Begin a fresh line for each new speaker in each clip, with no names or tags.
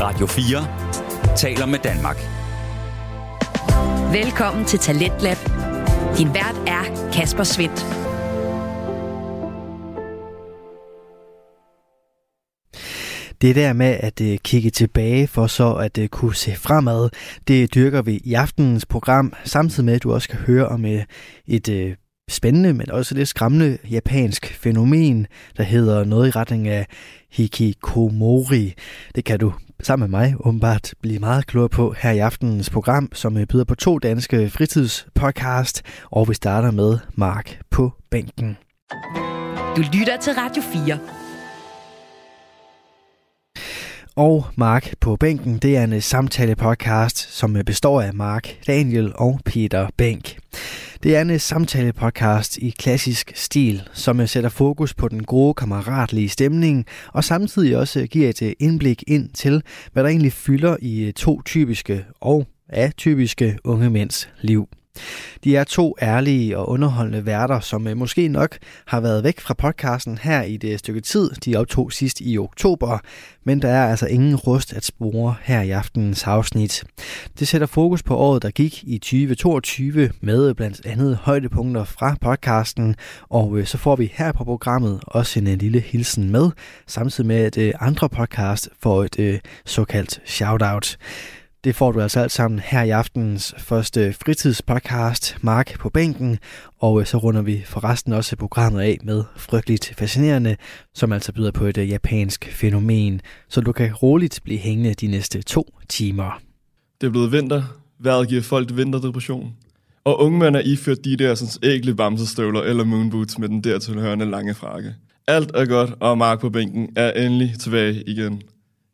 Radio 4 taler med Danmark.
Velkommen til Talentlab. Din vært er Kasper Svendt.
Det der med at øh, kigge tilbage for så at øh, kunne se fremad, det dyrker vi i aftenens program, samtidig med at du også kan høre om øh, et øh, spændende, men også lidt skræmmende japansk fænomen, der hedder noget i retning af hikikomori. Det kan du sammen med mig åbenbart blive meget klogere på her i aftenens program, som øh, byder på to danske fritidspodcast, og vi starter med Mark på bænken.
Du lytter til Radio 4.
og Mark på bænken, det er en øh, samtale-podcast, som øh, består af Mark, Daniel og Peter Bænk. Det er en øh, samtale-podcast i klassisk stil, som øh, sætter fokus på den gode kammeratlige stemning, og samtidig også øh, giver et øh, indblik ind til, hvad der egentlig fylder i øh, to typiske og atypiske unge mænds liv. De er to ærlige og underholdende værter, som øh, måske nok har været væk fra podcasten her i det stykke tid, de optog sidst i oktober, men der er altså ingen rust at spore her i aftenens afsnit. Det sætter fokus på året, der gik i 2022 med øh, blandt andet højdepunkter fra podcasten, og øh, så får vi her på programmet også en øh, lille hilsen med, samtidig med at øh, andre podcast får et øh, såkaldt shout-out. Det får du altså alt sammen her i aftenens første fritidspodcast, Mark på bænken, og øh, så runder vi forresten også programmet af med Frygteligt Fascinerende, som altså byder på et øh, japansk fænomen, så du kan roligt blive hængende de næste to timer.
Det er blevet vinter. Vejret giver folk vinterdepression. Og unge mænd er iført de der sådan ægle bamsestøvler eller moonboots med den dertilhørende lange frakke. Alt er godt, og Mark på bænken er endelig tilbage igen.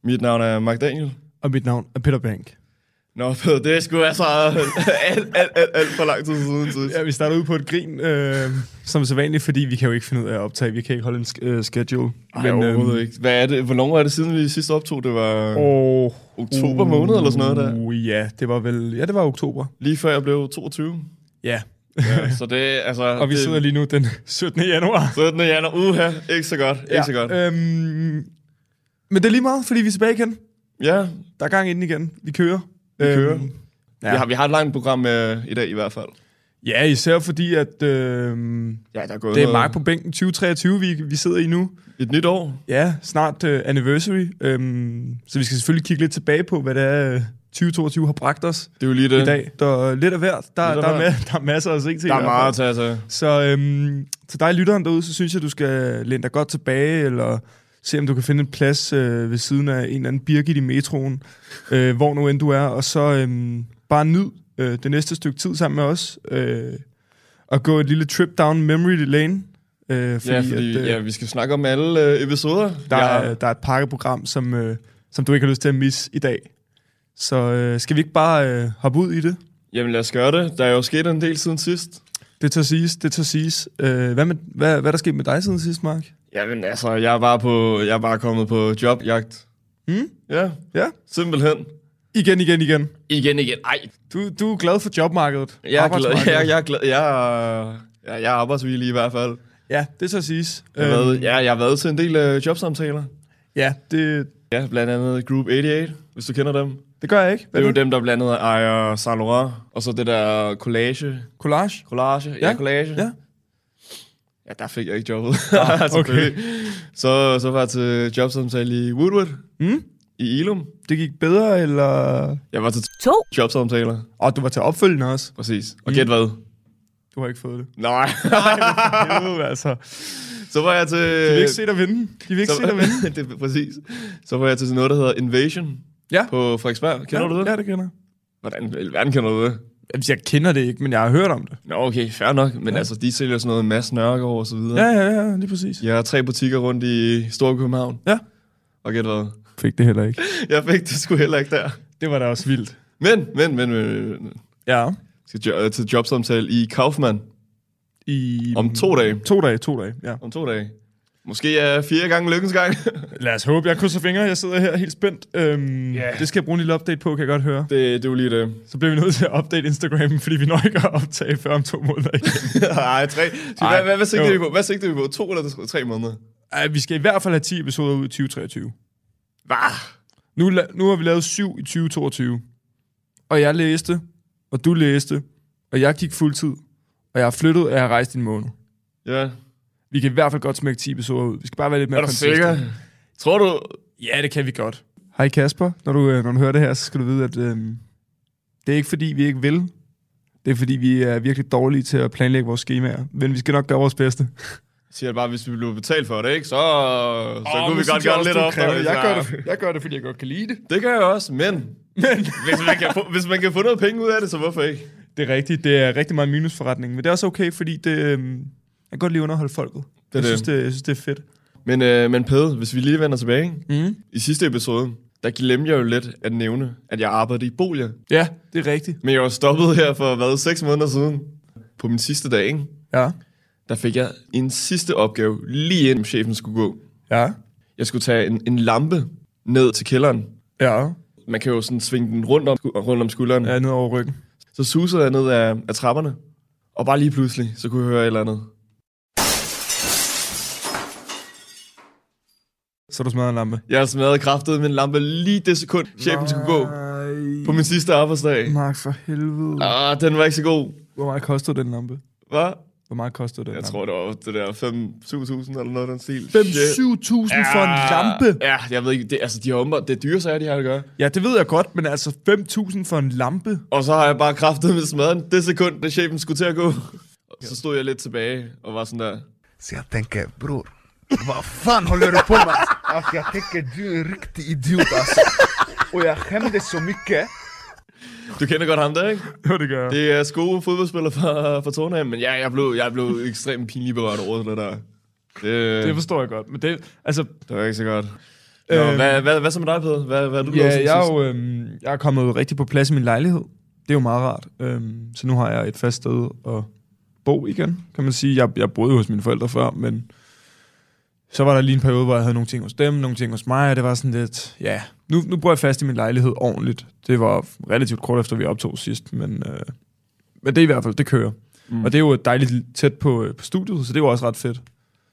Mit navn er Mark Daniel.
Og mit navn er Peter Bank.
Nå, Peder, det skulle være så alt, alt, alt, alt for lang tid siden sidst.
Ja, vi starter ud på et grin, øh, som så vanligt, fordi vi kan jo ikke finde ud af at optage. Vi kan ikke holde en sk- øh, schedule.
Ej, men, overhovedet
øhm,
ikke. Hvad er det? Hvor længe er det siden, vi sidst optog? Det var
Og
oktober måned eller sådan noget der.
Uh, ja, det var vel... Ja, det var oktober.
Lige før jeg blev 22.
Ja.
Ja, så det altså...
Og vi
det,
sidder lige nu den 17. januar.
17. januar. Uha, ikke så godt. Ikke så godt.
Øhm, men det er lige meget, fordi vi er tilbage igen.
Ja,
Der er gang inden igen. Vi kører. Øhm,
Vi kører.
Ja.
vi har, vi har et langt program øh, i dag i hvert fald.
Ja, især fordi, at øh,
Ja, der er gået
det er
noget-
Mark på bænken 2023, vi, vi sidder i nu.
Et nyt år.
Ja, snart uh, anniversary. Um, så vi skal selvfølgelig kigge lidt tilbage på, hvad det er, øh, 2022 har bragt os
Det er jo lige det.
i dag. Der er lidt af hvert. Der,
Lidt af
der, er,
hvert.
ma- der er masser at se til.
Der
i
er
hvert
meget at
fald.
tage sig.
Så um, til dig, lytteren derude, så synes jeg, du skal læne dig godt tilbage, eller se, om du kan finde en plads øh, ved siden af en eller anden Birgit i metroen, øh, hvor nu end du er. Og så øhm, bare nyd øh, det næste stykke tid sammen med os. Øh, og gå et lille trip down memory lane. Øh,
Fordi, ja, fordi
øh,
at, ja, vi skal snakke om alle øh, episoder.
Der,
jeg,
er, der er et pakkeprogram, som, øh, som du ikke har lyst til at misse i dag. Så øh, skal vi ikke bare øh, hoppe ud i det?
Jamen lad os gøre det. Der er jo sket en del siden sidst.
Det tager siges, det tager siges. Øh, hvad, med, hvad, hvad er der sket med dig siden sidst, Mark?
Jamen altså, jeg er bare, på, jeg er bare kommet på jobjagt.
Hmm?
Ja,
Ja.
simpelthen.
Igen, igen, igen.
Igen, igen. Ej,
Du, du er glad for jobmarkedet.
jeg er glad.
arbejdsmarkedet.
Jeg, jeg, er glad. Jeg, er- ja, jeg er arbejdsvillig i hvert fald.
Ja, det tager siges.
Jeg har, været,
Øhm,
ja, jeg har været til en del øh, jobsamtaler.
ja, det,
Ja, blandt andet Group 88, hvis du kender dem.
det gør jeg ikke.
Det
Hvad
er jo
det?
dem, der blandt andet ejer Saint Laurent, og så det der collage.
Collage?
Collage? Ja,
Ja,
collage.
ja.
Ja, der fik jeg ikke jobbet. Ah, Så, så var jeg til jobsamtale i Woodward,
Mm?
i Ilum.
Det gik bedre, eller...
Jeg var til
To.
jobsamtaler,
Åh, oh, du var til opfølgende også.
præcis.
Hmm.
Og gæt hvad?
Du har ikke fået det.
Nej.
Helvede, altså.
så var jeg til...
De vil ikke se dig vinde. De vil ikke se dig vinde.
så, det, er præcis. Så var jeg til sådan noget, der hedder Invasion
Ja.
på Frederiksberg. Kender
ja,
du det?
Ja, det kender jeg.
Hvordan i alverden kender du det?
Jamen, Jeg kender det ikke, men jeg har hørt om det.
Nå, okay, fair nok. Men ja. altså, de sælger sådan noget Mads Nørgaard og så videre.
Ja, ja, ja, lige præcis.
Jeg har tre butikker rundt i Storkøbenhavn.
Ja.
Og gæt hvad?
Fik det heller ikke.
Jeg fik det sgu heller ikke der.
Det var da også vildt.
Men, men, men, men, men.
Ja.
Skal jo, øh, til jobsamtale i Kaufmann
I,
om to dage.
To dage, to dage, ja.
Om to dage. Måske er fire gange lykkens gang.
Lad os håbe, jeg krydser fingre. Jeg sidder her helt spændt. Øhm, yeah. Det skal jeg bruge en lille update på, kan jeg godt høre.
det, det er jo lige det.
Så bliver vi nødt til at update Instagram, fordi vi nok ikke har optaget før om to måneder igen.
Nej, tre. Så
Ej,
Hvad, hvad, hvad sigter
jo.
vi på? Hvad sigter vi på? To eller tre måneder?
Ej, vi skal i hvert fald have 10 episoder ud i 2023.
Hvad?
Nu, la- nu har vi lavet syv i 2022. Og jeg læste, og du læste, og jeg gik fuldtid, og jeg har flyttet, og jeg har rejst i en måned.
Ja.
Vi kan i hvert fald godt smække 10 episoder ud. Vi skal bare være lidt mere
Er du sikker? Tror du...
Ja, det kan vi godt. Hej Kasper, når du, øh, når du hører det her, så skal du vide, at øh, det er ikke fordi, vi ikke vil. Det er fordi, vi er virkelig dårlige til at planlægge vores skemaer. Men vi skal nok gøre vores bedste.
Siger jeg bare, hvis vi blev betalt for det, ikke? Så, så
Åh,
kunne
nu
vi godt
synes jeg
gøre
også,
lidt
du er
op. altså.
krævende. Jeg gør, det, jeg gør det, fordi jeg godt kan lide det.
Det kan jeg også, men...
Men
Hvis man, kan få, hvis man kan få noget penge ud af det, så hvorfor ikke?
det er rigtigt. Det er rigtig meget minusforretning. Men det er også okay, fordi det, øh, jeg kan godt lide at underholde folket. Det jeg,
det.
synes, det, jeg synes, det er fedt.
Men, øh, men Pede, hvis vi lige vender tilbage, ikke?
Mm.
I sidste episode, der glemte jeg jo lidt at nævne, at jeg arbejdede i Bolia.
Ja, det er rigtigt.
Men jeg var stoppet her for, hvad, seks måneder siden. På min sidste dag, ikke?
Ja.
Der fik jeg en sidste opgave, lige inden chefen skulle gå.
Ja.
Jeg skulle tage en, en lampe ned til kælderen.
Ja.
Man kan jo sådan svinge den rundt om, rundt om skulderen.
Jeg
Ja.
er nede over ryggen.
Så susede jeg ned af, af trapperne. Og bare lige pludselig, så kunne jeg høre et eller andet.
Så er du smadret en lampe.
Jeg smadrede kraftet min lampe lige det sekund, chefen skulle gå på min sidste arbejdsdag.
Mark, for helvede.
Ah, den var ikke så god.
Hvor meget kostede den lampe?
Hvad?
Hvor meget kostede den
Jeg
lampe?
tror, det var det der 5-7.000 eller noget af den stil. Ah,
5-7.000 ja. for en lampe?
Ja, jeg ved ikke. Det, altså, de har åbenbart, det er dyre sager, de har at gøre.
Ja, det ved jeg godt, men altså 5.000 for en lampe?
Og så har jeg bare kraftet med smadren det sekund, da chefen skulle til at gå. Og så stod jeg lidt tilbage og var sådan der.
Så jag tänker, bror, vad fan håller du på med? Alltså jag tänker, du är en riktig idiot altså. alltså. Och jag skämdes så mycket.
Du kender godt ham der, ikke?
Jo, det gør jeg.
Det er sko fodboldspiller fra, fra Tornheim, men ja, jeg blev, jeg blev ekstremt pinligt berørt over det der. Det,
Det
det,
forstår jeg godt, men det, altså,
det var ikke så godt. Nå, øh, hvad, hvad, hvad så med dig, Peder? Hvad, hvad er du blevet
ja,
siden
jeg, er
sidst?
jo, øhm, jeg er kommet rigtig på plads i min lejlighed. Det er jo meget rart. Øhm, så nu har jeg et fast sted at bo igen, kan man sige. Jeg, jeg boede jo hos mine forældre før, men så var der lige en periode, hvor jeg havde nogle ting hos dem, nogle ting hos mig, og det var sådan lidt, ja, nu, nu bor jeg fast i min lejlighed ordentligt. Det var relativt kort efter, vi optog sidst, men, øh, men det er i hvert fald, det kører. Mm. Og det er jo dejligt tæt på, øh, på studiet, så det var også ret fedt.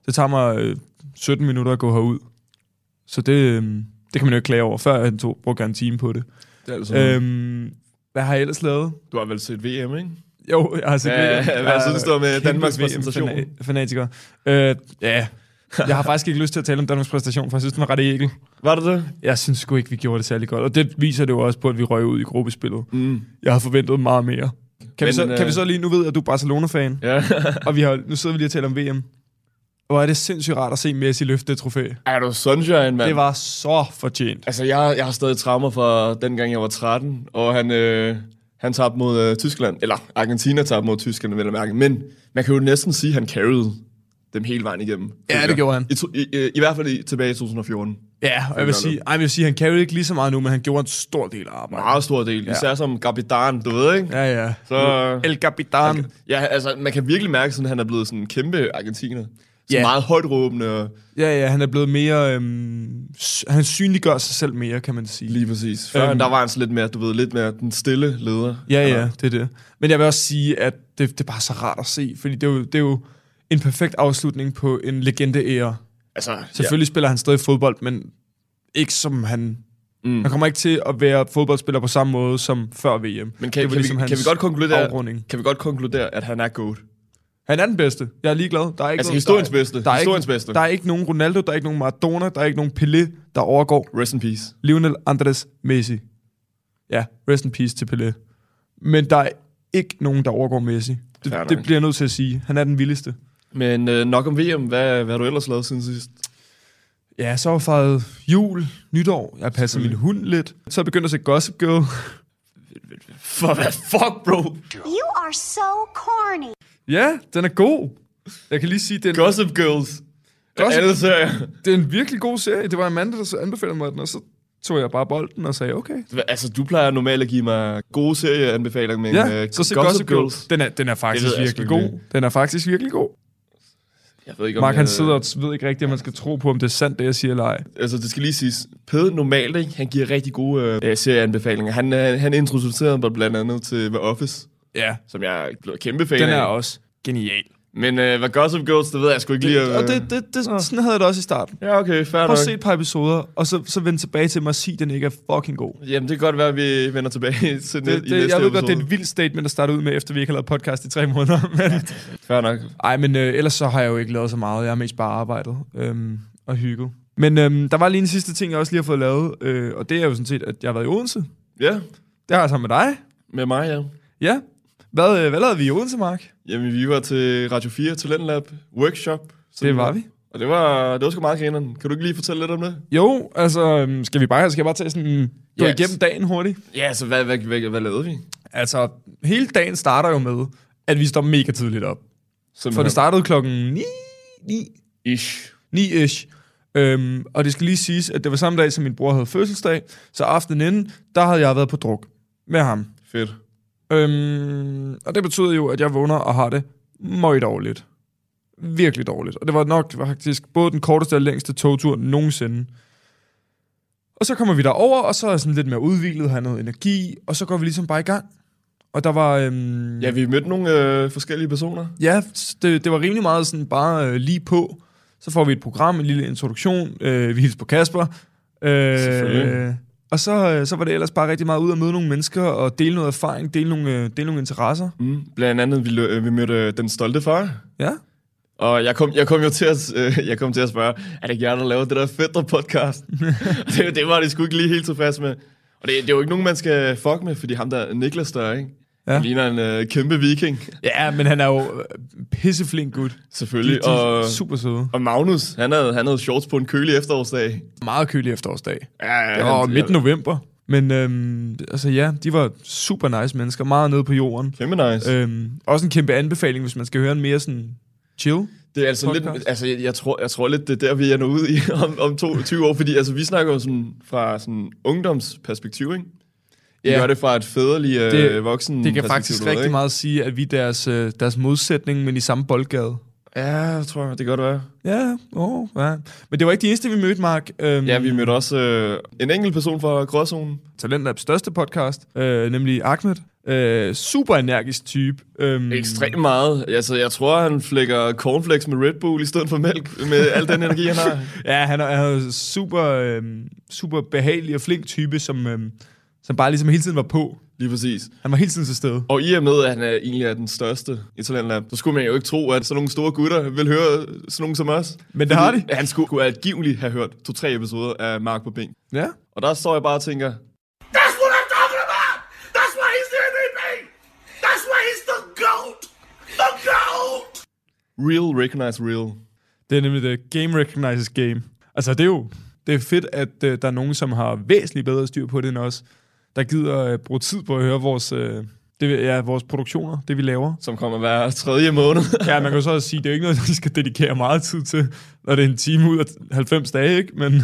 Det tager mig øh, 17 minutter at gå herud, så det, øh, det kan man jo ikke klage over. Før jeg tog, brugte jeg en time på det.
Det er altså noget.
Øhm, hvad har jeg ellers lavet?
Du har vel set VM, ikke?
Jo, jeg har set
Hvad-
VM.
hvad
Jeg
synes du om, øh,
kæmpe
Danmarks
VM-fana-
præsentation?
Fanatiker. Øh, ja, jeg har faktisk ikke lyst til at tale om Danmarks præstation, for jeg synes, den var ret ægel.
Var det det?
Jeg synes sgu ikke, vi gjorde det særlig godt. Og det viser det jo også på, at vi røg ud i gruppespillet.
Mm.
Jeg havde forventet meget mere. Kan, vi,
Men,
så, kan
øh,
vi så lige, nu ved jeg, at du er Barcelona-fan,
Ja.
og vi har, nu sidder vi lige og taler om VM. Hvor er det sindssygt rart at se Messi løfte det trofæ.
er du sunshine, mand?
Det var så fortjent.
Altså, jeg, jeg har stadig traumer fra dengang, jeg var 13, og han, øh, han tabte mod øh, Tyskland. Eller, Argentina tabte mod Tyskland, vil jeg mærke. Men man kan jo næsten sige, at han carried dem hele vejen igennem.
Ja, det gjorde han.
I, to- i, i, i hvert fald i, tilbage i 2014.
Ja, og jeg vil sige, ej, men jeg vil sige han kan jo ikke lige så meget nu, men han gjorde en stor del af arbejdet.
Meget stor del. Ja. Især som Gabidan, du ved, ikke?
Ja, ja.
Så, øh,
El Capitan.
ja, altså, man kan virkelig mærke, sådan, at han er blevet sådan en kæmpe argentiner. Så
Ja.
ja. meget højt råbende og...
Ja, ja, han er blevet mere... Øhm, s- han synliggør sig selv mere, kan man sige.
Lige præcis. Før
Øhm.
øhm. der var han sådan lidt mere, du ved, lidt mere den stille leder.
Ja, ja, det er det. Men jeg vil også sige, at det, det er bare så rart at se, fordi det er jo, det er jo en perfekt afslutning på en legende-ære.
Altså,
Selvfølgelig ja. spiller han stadig fodbold, men ikke som han... Mm. Han kommer ikke til at være fodboldspiller på samme måde som før VM.
Men kan,
det
kan,
var ligesom
vi, kan, vi
hans
godt konkludere,
Afrunding.
kan vi godt konkludere, at han er god?
Han er den bedste. Jeg er ligeglad. Der er ikke
Altså,
noget-
historiens
der er-
bedste.
Der er,
Historiens
ikke,
bedste.
der er ikke nogen Ronaldo, der er ikke nogen Maradona, der er ikke nogen Pelé, der overgår
Rest in peace.
Lionel Andres Messi. Ja, rest in peace til Pelé. Men der er ikke nogen, der overgår Messi. Det,
Fair nok.
det bliver jeg nødt til at sige. Han er den vildeste.
Men øh, nok om VM, hvad, hvad har du ellers lavet siden sidst?
Ja, så har jeg fejret jul, nytår. Jeg passer min hund lidt. Så er jeg begyndt at se Gossip Girl.
For hvad fuck, bro?
You are so corny.
ja, den er god. Jeg kan lige sige, det er, en,
Gossip Girls.
Gossip-
Gossip. Alle serier.
det er en virkelig god serie. Det var Amanda, der så anbefalede mig den, og så tog jeg bare bolden og sagde, okay.
Altså, du plejer normalt at give mig gode serieanbefalinger, men
Ja,
øh,
så se Gossip, Gossip Girl. Den er, den er
Det
faktisk
ved jeg sgu
virkelig
ikke.
god. Den er faktisk virkelig god.
Jeg ved ikke, om
Mark,
jeg,
han sidder og ved ikke rigtigt, om man skal tro på, om det er sandt, det jeg siger eller ej.
Altså, det skal lige siges. Pede normalt, ikke? Han giver rigtig gode øh, serieanbefalinger. Han, øh, han introducerede mig blandt andet til The Office,
Ja,
som jeg er blevet kæmpe fan
den
af.
er også genial.
Men øh, hvad Gossip Girls, det ved jeg sgu ikke lige. øh,
Det, og det, det, det, sådan havde jeg det også i starten.
Ja, okay, fair
Prøv
nok.
at se et par episoder, og så, så vend tilbage til mig og sig, at den ikke er fucking god.
Jamen, det kan godt være, at vi vender tilbage til det, i næste
Det, det, jeg ved
episode.
godt, det er et vildt statement at starte ud med, efter vi ikke har lavet podcast i tre måneder. Men,
Fair nok.
Ej, men øh, ellers så har jeg jo ikke lavet så meget. Jeg har mest bare arbejdet øhm, og hygget. Men øhm, der var lige en sidste ting, jeg også lige har fået lavet, øh, og det er jo sådan set, at jeg har været i Odense.
Ja,
Det har jeg sammen med dig.
med mig, ja.
Ja. Hvad, øh, hvad lavede vi i Odense, Mark?
Jamen, vi var til Radio 4 Talentlab Workshop. Så
Det var vi.
Og det var, det var sgu meget grineren. Kan du ikke lige fortælle lidt om det?
Jo, altså, øhm, skal vi bare, skal jeg bare tage sådan, gå
Yes.
yes. igennem dagen hurtigt?
Ja, så hvad, hvad, hvad, hvad lavede vi?
Altså, hele dagen starter jo med, at vi står mega tidligt op. For det startede klokken 9, 9,
Ish.
9-ish. Øhm, og det skal lige siges, at det var samme dag, som min bror havde fødselsdag, så aftenen inden, der havde jeg været på druk med ham.
Fedt.
Øhm, og det betyder jo, at jeg vågner og har det meget dårligt. Virkelig dårligt. Og det var nok faktisk både den korteste og længste togtur nogensinde. Og så kommer vi derover, og så er jeg sådan lidt mere udviklet, har noget energi, og så går vi ligesom bare i gang. Og der var... Øhm,
Ja, vi mødte nogle øh, forskellige personer.
Ja, s- det, det var rimelig meget sådan bare øh, lige på. Så får vi et program, en lille introduktion. Øh, vi hilser på Kasper. Øh,
Selvfølgelig.
og så, øh, så var det ellers bare rigtig meget ud at møde nogle mennesker og dele noget erfaring, dele nogle, øh, dele nogle interesser.
Mm. Blandt andet, vi, lø- øh, vi mødte øh, den stolte far.
Ja.
Og jeg kom, jeg kom jo til at, øh, jeg kom til at spørge, er det ikke jer, der laver det der fedtere podcast? det, det var de sgu ikke lige helt tilfredse med. Og det, det er jo ikke nogen, man skal fuck med, fordi ham der Niklas der, ikke?
Ja.
Ja. Han ligner en øh, kæmpe viking,
Ja, men han er jo øh, pisseflink gut.
selvfølgelig. og,
super søde.
og Magnus, han havde, han havde shorts på en kølig efterårsdag.
Meget kølig efterårsdag.
Ja, ja,
Det
han-
var midt
ja,
november. Men øhm, altså ja, de var super nice mennesker. Meget nede på jorden.
Kæmpe nice. Øh.
Øhm, også en kæmpe anbefaling, hvis man skal høre en mere sådan chill
Det er altså
podcast.
lidt, altså jeg, jeg, tror, jeg tror lidt, det er der, vi er nået ud i om, om to, 20 år, fordi altså, vi snakker jo sådan, fra sådan ungdomsperspektiv, ikke? Vi
Ja.
gør det fra et fædreligt øh,
Det-
det, voksen
Det kan faktisk rigtig meget sige, at vi er deres, øh, deres modsætning, men i samme boldgade.
Ja, jeg tror, det kan godt være.
Ja, oh, ja. Men det var ikke de eneste, vi mødte, Mark. Øhm,
Ja, vi mødte også øh, en enkelt person fra Gråzonen.
Talentlabs største podcast, øh, nemlig Ahmed. Øh, super energisk type. Øhm,
Ekstremt meget. Altså, jeg tror, han flækker cornflakes med Red Bull i stedet for mælk, med al den energi, han har.
Ja, han er, han er super, øhm, super behagelig og flink type, som, øhm, som bare ligesom hele tiden var på.
Lige præcis.
Han var hele tiden til stede.
Og i og med, at han er, egentlig er den største i Talentlab, så skulle man jo ikke tro, at sådan nogle store gutter vil høre sådan nogle som os.
Men det har de.
Han skulle, skulle angiveligt have hørt to-tre episoder af Mark på Bing.
Ja.
Og der står jeg bare og tænker,
That's what I'm talking about. That's why he's the MVP. That's why he's the goat. The goat.
real recognize real.
Det er nemlig det. Game recognizes game. Altså, det er jo det er fedt, at øh, der er nogen, som har væsentligt bedre styr på det end os, der gider øh, bruge tid på at høre vores, øh, det, vi- ja, vores produktioner, det vi laver.
Som kommer hver tredje måned.
Ja, man kan jo så også sige, det er jo ikke noget, de skal dedikere meget tid til, når det er en time ud af 90 dage, ikke? Men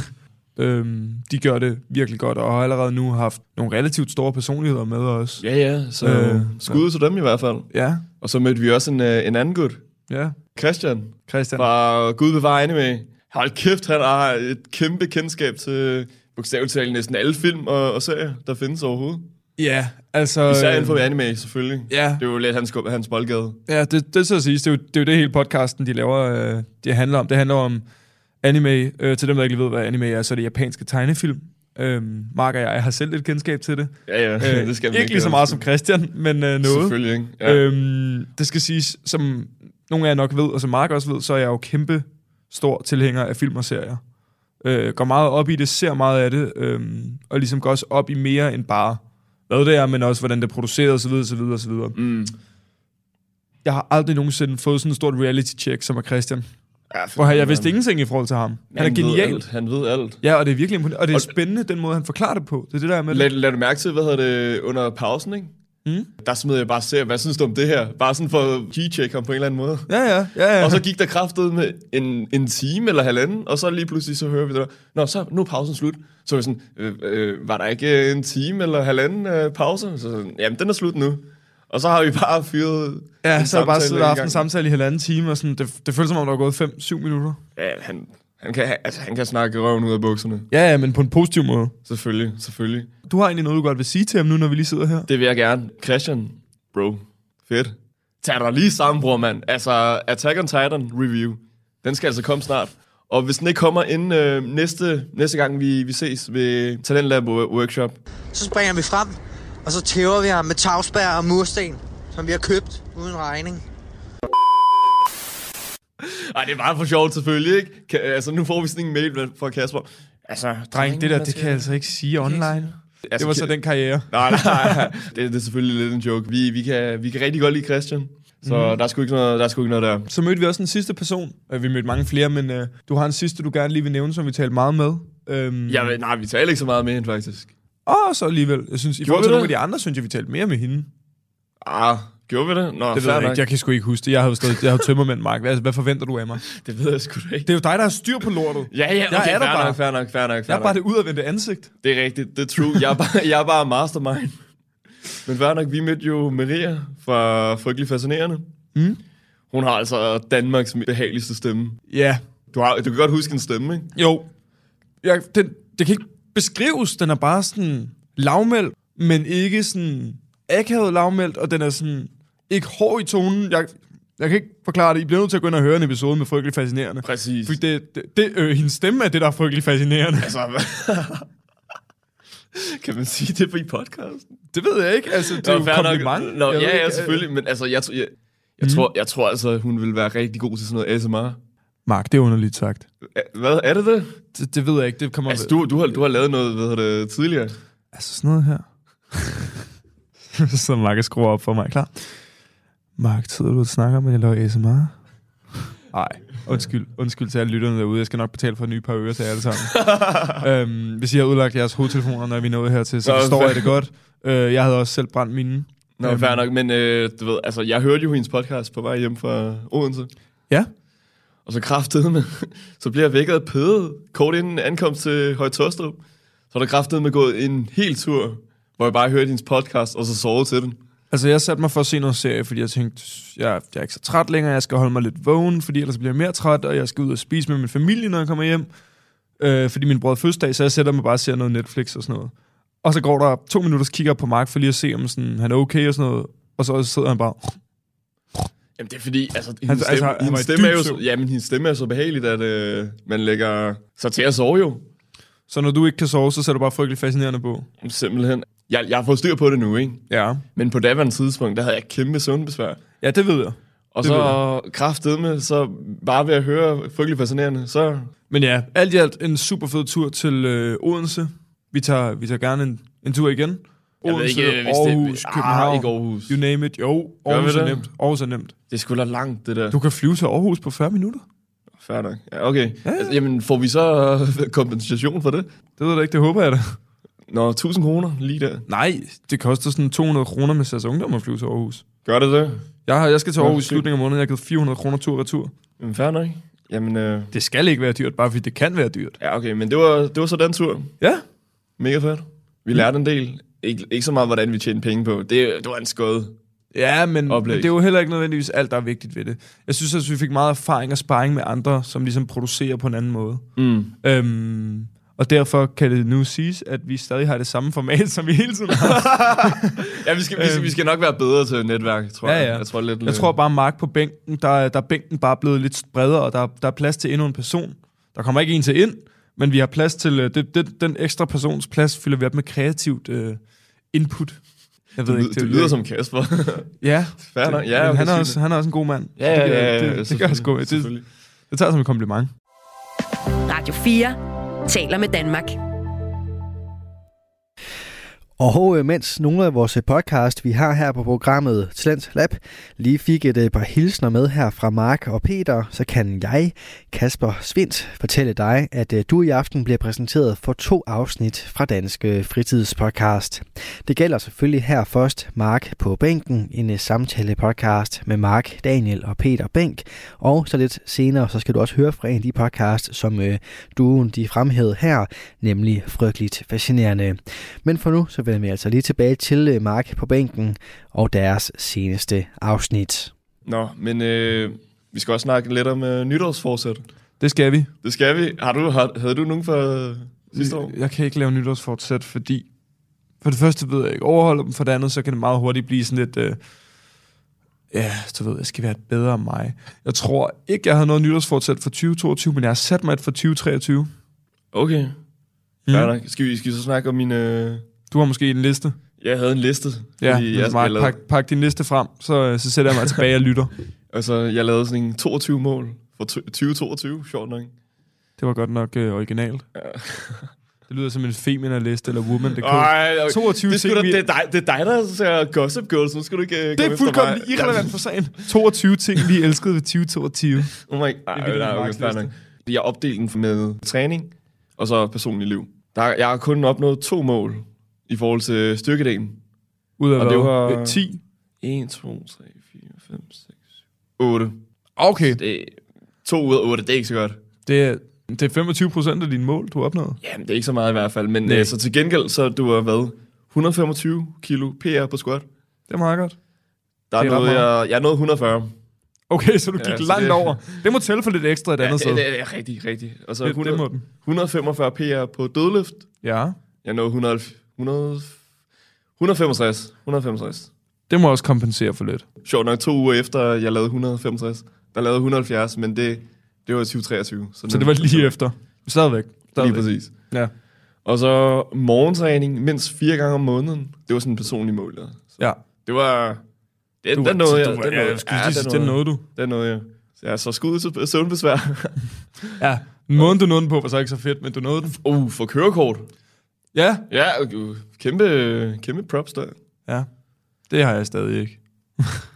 øhm, de gør det virkelig godt, og har allerede nu haft nogle relativt store personligheder med os.
ja, ja. Så
Øh,
øh, skud ud til dem i hvert fald.
Ja,
Og så mødte vi også en, øh, en anden gut.
ja.
Christian.
Christian.
Fra Gud bevare anime. Hold kæft, han har et kæmpe kendskab til bogstaveligt talt næsten alle film og, og serier, der findes overhovedet.
Ja, altså...
Især
øh,
inden for anime, selvfølgelig.
Ja.
Det er jo lidt hans, hans boldgade.
Ja, det, det så at sige, det er, jo, det er jo det hele podcasten, de laver, øh, det handler om. Det handler om anime. Øh, til dem, der ikke lige ved, hvad anime er, så er det japanske tegnefilm. Øhm, Mark og jeg har selv lidt kendskab til det.
Ja, ja.
Øh,
det skal man
ikke lige så meget som Christian, men øh, noget.
Selvfølgelig ikke.
Ja.
Ja.
Øhm, det skal siges, som nogle af jer nok ved, og som Mark også ved, så er jeg jo kæmpe stor tilhænger af film og serier. Øh, går meget op i det, ser meget af det, øhm, og ligesom går også op i mere end bare, hvad det er, men også hvordan det er produceret osv. osv., osv.
Mm.
Jeg har aldrig nogensinde fået sådan et stort reality-check, som er Christian.
Ja,
Hvor jeg
fanden,
vidste
han-
ingenting i forhold til ham. Han er
ved
genial.
alt. Han ved alt.
Ja, og det er virkelig imponerende. Og det er
Og-
spændende, den måde, han forklarer det på. Det er det, der er med
Lad,
det.
lad du mærke til, hvad hedder det, under pausen, ikke?
Mm.
Der smed jeg bare serier, hvad synes du om det her? Bare sådan for at g-check ham på en eller anden måde.
Ja, ja, ja. ja.
Og så gik der kraftet med en, en time eller halvanden, og så lige pludselig så hører vi det der. Nå, så nu er pausen slut. Så er vi sådan, øh, øh, var der ikke øh, en time eller halvanden øh, pause? Så sådan, jamen den er slut nu. Og så har vi bare fyret
ja,
en
så har jeg bare
samtale
siddet og haft en
gang.
samtale i halvanden time, og sådan, det, det føles som om, der er gået 5-7 minutter.
Ja, han, han, kan, altså, han kan snakke røven ud af bukserne.
Ja, ja, men på en positiv måde.
Selvfølgelig, selvfølgelig.
Du har egentlig noget, du godt vil sige til ham nu, når vi lige sidder her.
Det vil jeg gerne. Christian, bro, fedt. Tag dig lige sammen, bror, mand. Altså, Attack on Titan review, den skal altså komme snart. Og hvis den ikke kommer inden øh, næste, næste gang, vi, vi ses ved Talentlab Wo- Workshop,
Så springer vi frem, og så tæver vi ham med tagspær og mursten, som vi har købt uden regning.
Ej, det er bare for sjovt selvfølgelig, ikke? Ka- altså, nu får vi sådan en mail fra Kasper. Altså,
Dreng, det der, det kan jeg altså ikke sige online. Det var så den karriere.
Nej, nej, nej. Det, det er selvfølgelig lidt en joke. Vi, vi, kan, vi kan rigtig godt lide Christian. Så
Mhm.
mm. der er sgu ikke noget der. Er sgu ikke noget der.
Så mødte vi også den sidste person. Øh, Vi mødte mange flere, men øh, du har en sidste, du gerne lige vil nævne, som vi talte meget med. Øhm,
Jeg, ved- nej, vi taler ikke så meget med hende, faktisk.
Og så alligevel. Jeg synes, I forhold
vi
til nogle af
det?
de andre, synes jeg, vi talte mere med hende.
Ah, gjorde vi det? Nå,
Det ved jeg ikke. Jeg kan sgu ikke huske det. Jeg har jo stadig, jeg har jo tømmermænd, Mark. Hvad, altså, hvad forventer du af mig?
Det ved jeg sgu da ikke.
Det er jo dig, der har styr på lortet.
Ja, ja, okay,
jeg er
fair,
der bare.
nok, fair nok, fair nok,
Jeg
fair
er bare
nok.
det udadvendte ansigt.
Det er rigtigt, det er true. Jeg er bare, jeg er bare mastermind. Men fair nok, vi mødte jo Maria fra Frygtelig Fascinerende. Mm. Hun har altså Danmarks behageligste stemme.
Ja.
Du, har, du kan godt huske en stemme, ikke?
Jo. Jeg, den, det kan ikke beskrives. Den er bare sådan lavmæld, men ikke sådan akavet lavmæld, og den er sådan ikke hård i tonen. Jeg, jeg kan ikke forklare det. I bliver nødt til at gå ind og høre en episode med Frygtelig Fascinerende.
Præcis.
Fordi det, det, det øh, hendes stemme er det, der er frygtelig fascinerende.
Altså, kan man sige det på i podcasten?
Det ved jeg ikke. Altså, det er jo
fair nok.
kompliment.
Nå,
Jeg ved
ja, ja,
ikke,
selvfølgelig. Men altså, jeg, tr- jeg, jeg, mm. tror, jeg tror altså, hun vil være rigtig god til sådan noget ASMR.
øh, Mark, det er underligt sagt.
A- Hvad er det det?
Det, det ved jeg ikke. Det kommer
Altså, du, du, har, du har lavet noget hvad hedder det, tidligere.
Altså sådan noget her. så Mark er skruer op for mig. Klar. Mark, sidder du og snakker med, eller ASMR? Nej, undskyld. Undskyld til alle lytterne derude. Jeg skal nok betale for en ny par ører til jer alle sammen. øhm, hvis I har udlagt jeres hovedtelefoner, når vi nåede hertil, så
Nå,
forstår
fair.
jeg det godt. Øh, jeg havde også selv brændt mine.
Nå,
Øhm.
fair nok. Men øh, du ved, altså, jeg hørte jo hendes podcast på vej hjem fra Odense.
Ja.
Og så kraftedeme, så bliver jeg vækket af pæde kort inden ankomst til Høje Tostrup. Så er der kraftedeme gået en hel tur, hvor jeg bare hørte hendes podcast, og så sovede til den.
Altså, jeg satte mig for at se noget serie, fordi jeg tænkte, jeg, jeg er ikke så træt længere, jeg skal holde mig lidt vågen, fordi ellers bliver jeg mere træt, og jeg skal ud og spise med min familie, når jeg kommer hjem, øh, fordi min bror fødselsdag, så jeg sætter mig bare og ser noget Netflix og sådan noget. Og så går der to minutter, så kigger jeg på Mark for lige at se, om sådan, han er okay og sådan noget, og så sidder han bare...
Jamen det er fordi, altså, hendes
altså,
stemme,
han var
hendes
i
stemme
dyb
er jo,
søvn.
jamen, hendes stemme er så behageligt, at øh, man lægger sig til at sove jo.
Så når du ikke kan sove, så sætter du bare frygtelig fascinerende på.
Simpelthen. Jeg, jeg har fået styr på det nu, ikke?
Ja.
Men på daværende tidspunkt, der havde jeg kæmpe søvnbesvær.
Ja, det ved jeg.
Og
Det
så kraftedeme, så bare ved at høre frygtelig fascinerende, så...
Men ja, alt i alt en super fed tur til øh, Odense. Vi tager, vi tager gerne en, en tur igen.
ved
Odense,
ikke, hvis det-
Aarhus,
Ah,
København,
ikke Aarhus.
you name it. Jo, Aarhus
vi
er
det?
nemt. Aarhus er nemt.
Det er sgu da langt, det der.
Du kan flyve til Aarhus på 40 minutter.
Fair nok. Ja, okay. Altså, jamen, får vi så øh, kompensation for det?
Det ved jeg da ikke, det håber jeg da.
Nå, 1000 kroner lige der.
Nej, det koster sådan 200 kroner med SAS Ungdom at flyve til Aarhus.
Gør det det?
Jeg, har, jeg skal til Aarhus i
sygt.
slutningen af måneden. Jeg har givet 400 kroner tur og retur.
Jamen, fair nok. Jamen, øh,
Det skal ikke være dyrt, bare fordi det kan være dyrt.
ja, okay. Men det var, det var så den tur.
Ja,
Mega fedt. Vi lærte en del. Ikke, ikke så meget, hvordan vi tjener penge på. Det, det var en skød.
ja men, men
Oplæg.
det er jo heller ikke nødvendigvis alt, der er vigtigt ved det. Jeg synes også, vi fik meget erfaring og sparring med andre, som ligesom producerer på en anden måde.
Mm.
Øhm, og derfor kan det nu siges, at vi stadig har det samme format, som vi hele tiden har.
Ja, vi skal, vi, skal- vi skal nok være bedre til netværk, tror jeg.
Ja, ja.
Jeg tror lidt... øh,
Jeg tror bare, Mark på bænken, der, der er bænken bare blevet lidt bredere, og der, der er plads til endnu en person. Der kommer ikke en til ind, men vi har plads til... øh, Det, det, den ekstra persons plads fylder vi op med kreativt øh, input. Jeg ved
du,
ikke,
du lyder som Kasper.
Ja,
Fair nok. Ja,
men
okay,
han, er
sig
også,
det.
han er også en god mand.
Ja, ja,
det,
ja, ja,
det, det, det gør jeg sgu. Det,
selvfølgelig.
det tager jeg som et kompliment.
Radio 4 taler med Danmark.
Og øh, mens nogle af vores podcast, vi har her på programmet Talent Lab, lige fik et øh, par hilsner med her fra Mark og Peter, så kan jeg, Kasper Svindt, fortælle dig, at øh, du i aften bliver præsenteret for to afsnit fra Danske Fritidspodcast. Det gælder selvfølgelig her først Mark på bænken, en øh, samtale-podcast med Mark, Daniel og Peter Bænk, og så lidt senere, så skal du også høre fra en af de podcast, som øh, duen de fremhævede her, nemlig Frygteligt Fascinerende. Men for nu, så vender vi altså lige tilbage til øh, Mark på bænken og deres seneste afsnit.
Nå, men øh, vi skal også snakke lidt om øh, nytårsforsæt.
Det skal vi.
Det skal vi. Har du, har, havde du nogen for øh, sidste år?
Jeg kan ikke lave nytårsfortsæt, fordi for det første ved jeg ikke overholde dem, for det andet så kan det meget hurtigt blive sådan lidt... Øh, ja, så ved jeg, skal være et bedre mig. Jeg tror ikke, jeg havde noget nytårsfortsæt for 2022, men jeg har sat mig et for 2023.
Okay. Mm. Skal, vi, skal vi så snakke om min... Øh...
Du har måske en liste.
Jeg havde en liste,
Ja, jeg Mark,
jeg
pak,
lavede,
pak din liste frem, så, øh, så sætter jeg mig tilbage og lytter.
altså, jeg lavede sådan en 22 mål for t- 2022, sjovt nok.
Det var godt nok øh, originalt. Ja. det lyder som en femina-liste eller woman. Det,
Ej, okay.
22
det, er sgu da,
ting, vi-
det, er dig, det er dig, der ser Gossip Girls, nu skal du ikke øh,
det
komme
er
efter
fuldkommen
mig.
irrelevant for sagen. 22 ting, vi elskede ved 2022.
Oh my god.
virkelig
Nej,
en
okay, fair
magtliste.
nok. Jeg opdelte den med træning og så personlig liv. Der, jeg har kun opnået to mål i forhold til styrkedelen.
Ud af
Og
hvad?
det var-
Øh, 10?
1, 2, 3, 4, 5, 6, 8.
Okay,
Det, to ud af 8, det er ikke så godt.
det er, det er 25 procent af dine mål, du har opnået.
Jamen, det er ikke så meget i hvert fald. Men
Nej.
øh, så til gengæld, så du har været 125 kilo PR på squat.
Det er meget godt.
Der er,
Det er ret
noget, jeg, jeg er nået 140.
Okay, så du gik
Ja, så
langt
det-
over. Det må tælle for lidt ekstra et andet
det,
sted.
det er rigtig, rigtig. Og så
Det- det
100,
må den.
145 PR på dødløft.
Ja,
Jeg nåede 100, 100, 165. 165.
det må også kompensere for lidt.
Sjovt nok, to uger efter jeg lavede 165, der lavede jeg 170, men det, det var i 2023.
Så det var lige efter. Stadigvæk.
Mm. Lige
Stadigvæk.
præcis.
Ja.
Og så morgentræning mindst fire gange om måneden. Det var sådan en personlig mål, der. Så
ja.
det var... Det,
Du
du,
var-
den nåede jeg.
du
Den
var-
nåede
ja,
jeg.
jeg skulle lige sige,
den
den
nåede jeg.
nåede du.
Den nåede jeg. Så jeg så skud til søvnbesvær.
Ja, måden du nåede den på var så ikke så fedt, men du nåede den.
uh, for kørekort.
Ja,
Ja, uh, kæmpe, kæmpe props der.
ja. Det har jeg stadig ikke.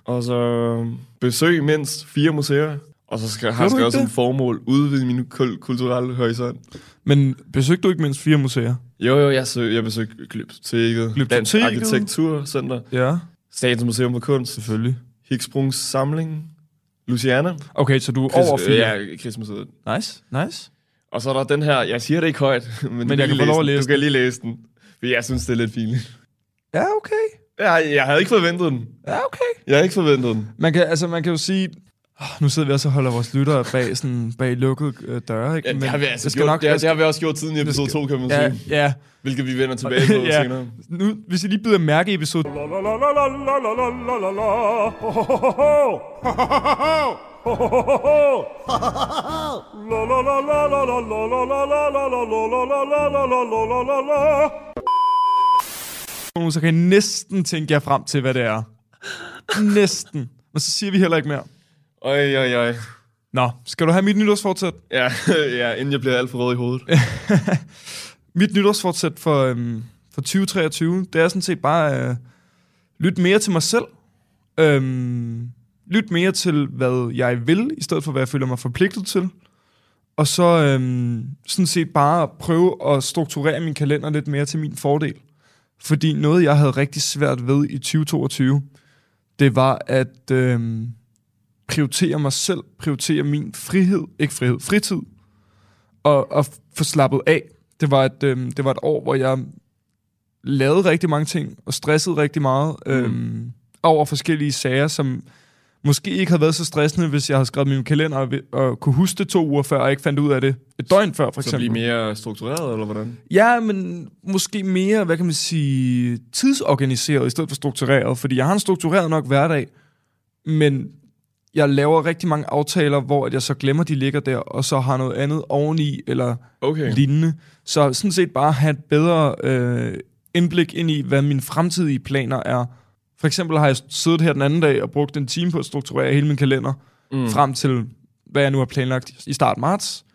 Og så øhm, besøg mindst fire museer. Og så skal, har
du
jeg skrevet
ikke
som
det?
formål udvide min kul- kulturelle horisont.
Men besøgte du ikke mindst fire museer?
Jo, jo, jeg, søg, jeg besøgte Glyptoteket, Dansk
Glyptoteket.
Arkitekturcenter,
Ja,
Statens Museum for Kunst,
selvfølgelig.
Hicksprungs Samling, Luciana,
Okay, så du er over
Chris-
fire.
ja, Krigsmuseet.
Nice, nice.
Og så er der den her, jeg siger det ikke højt, men, men
jeg kan få lov at læse
Du kan lige læse den, for jeg synes, det er lidt pinligt.
Ja, okay.
Jeg, jeg havde ikke forventet den.
Ja, okay.
Jeg havde ikke forventet den.
Man kan, altså, man kan jo sige... Oh, nu sidder vi også og holder vores lyttere bag, sådan, bag lukkede øh, døre, ikke?
Ja, det, har vi altså
jeg skal
gjort,
nok-
det, har,
jeg
det har vi også gjort siden i episode 2, kan man sige.
Ja, ja.
Hvilket vi vender tilbage på
ja.
senere.
Nu, hvis I lige bider mærke i episode... Så kan I næsten tænke jer frem til, hvad det er. Næsten. Men så siger vi heller ikke mere.
Øj, øj, øj.
Nå, skal du have mit nytårsfortsæt?
Ja, ja, inden jeg bliver alt for rød i hovedet.
Mit nytårsfortsæt for, øhm, for 2023, det er sådan set bare øh, lyt mere til mig selv. Øhm, lyt mere til, hvad jeg vil, i stedet for, hvad jeg føler mig forpligtet til. Og så øhm, sådan set bare prøve at strukturere min kalender lidt mere til min fordel. Fordi noget, jeg havde rigtig svært ved i 2022, det var at øhm, prioritere mig selv, prioritere min frihed, ikke frihed, fritid, og, og få slappet af. Det var, et, øhm, det var et år, hvor jeg lavede rigtig mange ting, og stressede rigtig meget øhm, over forskellige sager, som måske ikke havde været så stressende, hvis jeg havde skrevet min kalender og, og kunne huske det to uger før, og ikke fandt ud af det et døgn før, for eksempel.
Så blive mere struktureret, eller hvordan?
Ja, men måske mere, hvad kan man sige, tidsorganiseret i stedet for struktureret, fordi jeg har en struktureret nok hverdag, men jeg laver rigtig mange aftaler, hvor at jeg så glemmer, de ligger der, og så har noget andet oveni, eller
Okay.
lignende. Så sådan set bare have et bedre øh, indblik ind i, hvad mine fremtidige planer er. For eksempel har jeg siddet her den anden dag og brugt en time på at strukturere hele min kalender mm. frem til, hvad jeg nu har planlagt i start marts.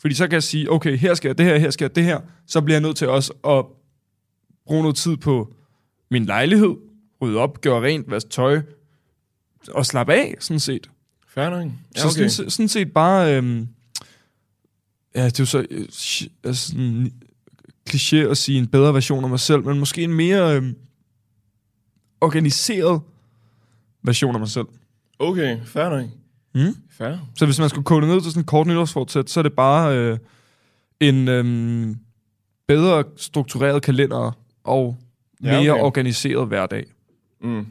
Fordi så kan jeg sige, okay, her skal jeg det her, her skal jeg det her. Så bliver jeg nødt til også at bruge noget tid på min lejlighed, rydde op, gøre rent, vaske tøj og slappe af, sådan set.
Fair nok.
Ja, okay. Så sådan, sådan set bare... Øhm, ja, det er jo så øh, shi- altså, sådan, kliché at sige en bedre version af mig selv, men måske en mere øhm, organiseret version af mig selv.
Okay, fair nok.
Mm.
Fair.
Så hvis man skulle kode det ned til sådan et kort nytårsfortsæt, så er det bare øh, en øhm, bedre struktureret kalender og
Ja,
mere
okay.
organiseret hverdag.
Mm.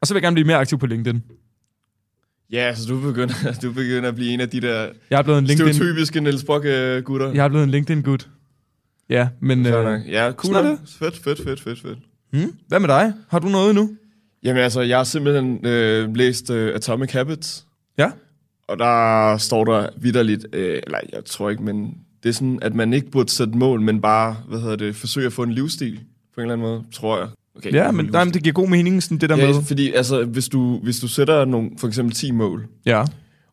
Og så vil jeg gerne blive mere aktiv på LinkedIn.
Ja, så du begynder, du begynder at blive en af de der
Jeg er blevet en
LinkedIn.
LinkedIn,
stereotypiske Niels Brock-gutter.
jeg er blevet en LinkedIn good. Ja, men
Fair
øh,
nok. Ja, cool.
sådan er
nok. Fedt, fedt, fedt, fedt, fedt.
hmm? hvad med dig? Har du noget nu?
Jamen altså, jeg har simpelthen øh, læst øh, Atomic Habits,
Ja.
og der står der vidderligt, øh, eller jeg tror ikke, men det er sådan, at man ikke burde sætte mål, men bare, hvad hedder det, forsøge at få en livsstil på en eller anden måde, tror jeg. Okay,
Ja, men, nej, men det giver god mening, sådan det der
Ja,
med.
fordi altså, hvis du, hvis du sætter nogle, for eksempel 10 mål,
Ja.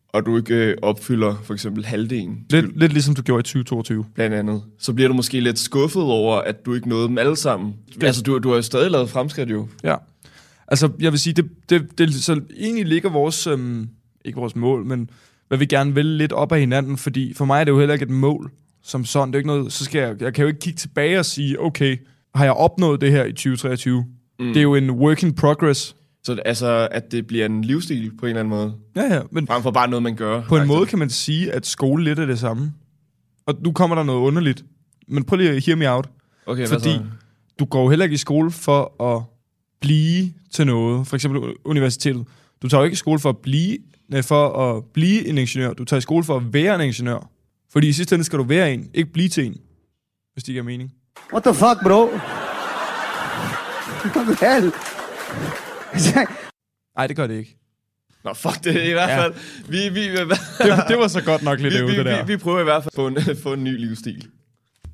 og du ikke øh, opfylder for eksempel halvdelen,
Lidt, lidt ligesom du gjorde i 2022.
blandt andet, så bliver du måske lidt skuffet over, at du ikke nåede dem alle sammen. Altså, du, du har jo stadig lavet fremskridt jo.
Ja. Altså, jeg vil sige, det, det, det så egentlig ligger vores, øhm, ikke vores mål, men hvad vi gerne vil lidt op af hinanden, fordi for mig er det jo heller ikke et mål som sådan. Det er jo ikke noget, så skal jeg, jeg kan jo ikke kigge tilbage og sige, okay, har jeg opnået det her i 2023? Mm. Det er jo en work in progress.
Så altså, at det bliver en livsstil på en eller anden måde,
Ja, ja, men
frem for bare noget, man gør.
på en måde kan man sige, at skole lidt er det samme. Og nu kommer der noget underligt, men prøv lige at hear me out.
Okay,
Fordi
Hvad så?
du går jo heller ikke i skole for at blive til noget. For eksempel u- universitetet. Du tager jo ikke i skole for at blive, nej, for at blive en ingeniør. Du tager i skole for at være en ingeniør. Fordi i sidste ende skal du være en, ikke blive til en. Hvis det giver mening.
What the fuck, bro? Hvad the hell?
Nej, det gør det ikke.
Nå, fuck det i hvert
Ja.
fald. Vi, vi,
Det, det var så godt nok lidt
vi,
ævle,
vi,
det
vi,
der. Mm.
vi prøver i hvert fald at få en, få en ny livsstil.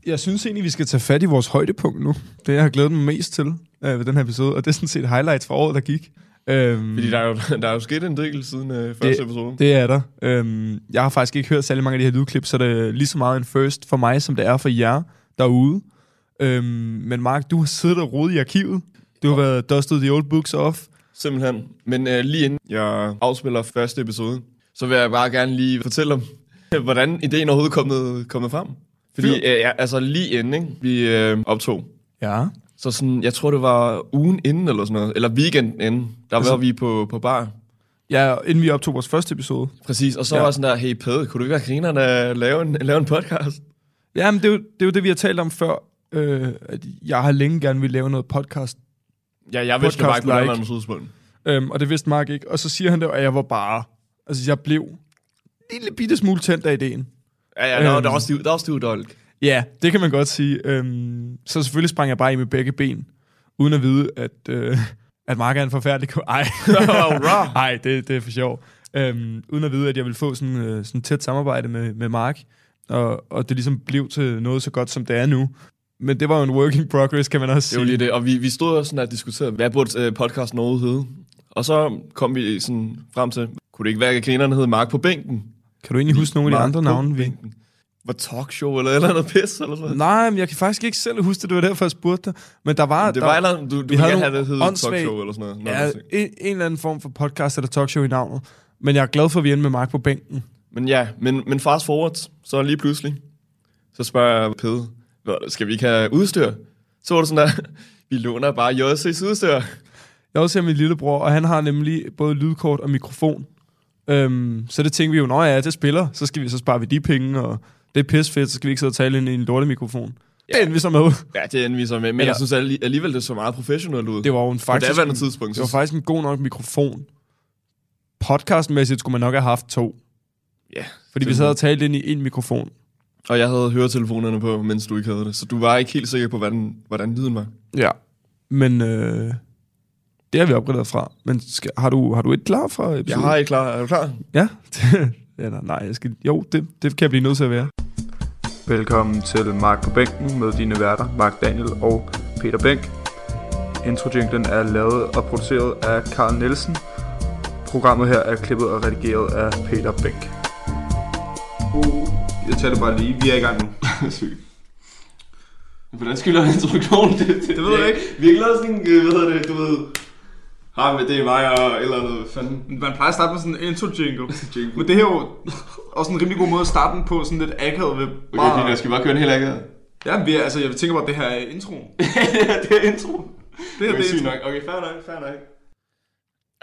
Jeg synes egentlig, vi skal tage fat i vores højdepunkt nu. Det, jeg har glædet mig mest til øh, ved den her episode. Og det er sådan set highlights fra året, der gik. Øhm,
Fordi der er jo, der er jo sket en del siden øh, første det, episode. Det.
Det er der. Øhm, jeg har faktisk ikke hørt særlig mange af de her lydklip, så det er lige så meget en first for mig, som det er for jer derude. Øhm, men Mark, du har siddet og rodet i arkivet. Du har været dusted the old books off.
Simpelthen. Men øh, lige inden jeg afspiller første episode, så vil jeg bare gerne lige fortælle om, hvordan ideen overhovedet kommet, kommet frem. Fordi øh, ja, altså lige inden ikke, vi øh, optog,
Ja.
så sådan, jeg tror det var ugen inden eller sådan noget, eller weekenden inden, der altså, var vi på, på bar.
Ja, inden vi optog vores første episode.
Præcis, og så
Ja.
ja. var jeg sådan der, hey Pede, kunne du ikke være grineren at lave en, lave en podcast?
Ja, men det er, jo, det er jo det, vi har talt om før. Øh, at jeg har længe gerne ville lave noget podcast.
Ja, jeg vidste bare
Podcast
ikke, hvordan
like.
man udspil.
Øhm, og det vidste Mark ikke. Og så siger han det, og jeg var bare... Altså, jeg blev en lille bitte smule tændt af ideen.
Ja, ja, der, var-
Øhm.
der, var stiv, der var stiv dolk.
Ja, det kan man godt sige. Øhm, så selvfølgelig sprang jeg bare i med begge ben, uden at vide, at, øh, at Mark er en forfærdelig... ko- Ej, Ej det, det er for sjov. Øhm, uden at vide, at jeg ville få sådan øh, sådan tæt samarbejde med, med Mark, og, og det ligesom blev til noget så godt, som det er nu. Men det var jo en work in progress, kan man også
Det var
sige.
lige det. Og vi, vi stod og sådan og diskuterede, hvad burde øh, podcasten overhovedet hedde? Og så kom vi sådan frem til, kunne det ikke være, at grinerne hed Mark på bænken?
Kan du egentlig huske nogle af de
Mark
andre
på
navne? Vi...
bænken. Var talkshow eller et eller andet pis? Eller sådan. noget?
Nej, men jeg kan faktisk ikke selv huske det. Det var derfor, jeg spurgte dig. Men der var...
Det
der...
var et eller andet, du, du
vi
ville
havde
gerne have
nogle
det hedder
åndssvage-
talkshow eller sådan noget. Nå,
Ja,
det-
en, en eller anden form for podcast eller talkshow i navnet. Men jeg er glad for, at vi endte med Mark på bænken.
Men ja, men, men fast forward, så lige pludselig, så spørger jeg Pede, "Hvad, skal vi ikke have udstyr? Så var det sådan der, vi låner bare JC's udstyr.
Jeg er også her med min lillebror, og han har nemlig både lydkort og mikrofon. Øhm, så det tænkte vi jo, nå ja, det spiller, så, skal vi, så sparer vi de penge, og det er pis fedt, så skal vi ikke sidde og tale ind i en lortemikrofon. Ja. Det endte vi så med.
Ja, det endte vi så med, men
Eller-
jeg synes alli- alligevel, det så meget professionelt ud.
Det var jo en
på
faktisk,
daværende
en,
tidspunkt.
det var
Så,
faktisk en god nok mikrofon. Podcastmæssigt skulle man nok have haft to,
ja,
fordi vi sad og talte ind i en mikrofon.
Og jeg havde høretelefonerne på, mens du ikke havde det. Så du var ikke helt sikker på, hvordan, hvordan lyden var.
Ja. Men øh, det har vi opgraderet fra. Men skal, har, du, har du et klar fra episoden?
Jeg har ikke klar. Er du klar?
Ja. Eller nej, jeg skal... Jo, det, det kan jeg blive nødt til at være.
Velkommen til Mark på Bænken med dine værter, Mark Daniel og Peter Bænk. Introjinglen er lavet og produceret af Carl Nielsen. Programmet her er klippet og redigeret af Peter Bænk. Uh, jeg tager det bare lige. Vi er i gang nu. Sygt.
Hvordan skal vi lave introduktionen? Det, det, det ved jeg ikke. Vi har ikke lavet sådan en, øh, hvad hedder det, du ved... Hej, men det er mig og et eller andet, hvad fanden.
Man plejer at starte med sådan en intro jingle. Men det her er jo også en rimelig god måde at starte den på, sådan lidt akavet ved
Okay, fint, jeg skal bare køre en helt akavet.
Ja, vi er, altså, jeg tænker bare, at det her er introen.
det er intro.
Det her
Okay,
det er
sygt
introen.
nok. Okay, fair nok, fair nok.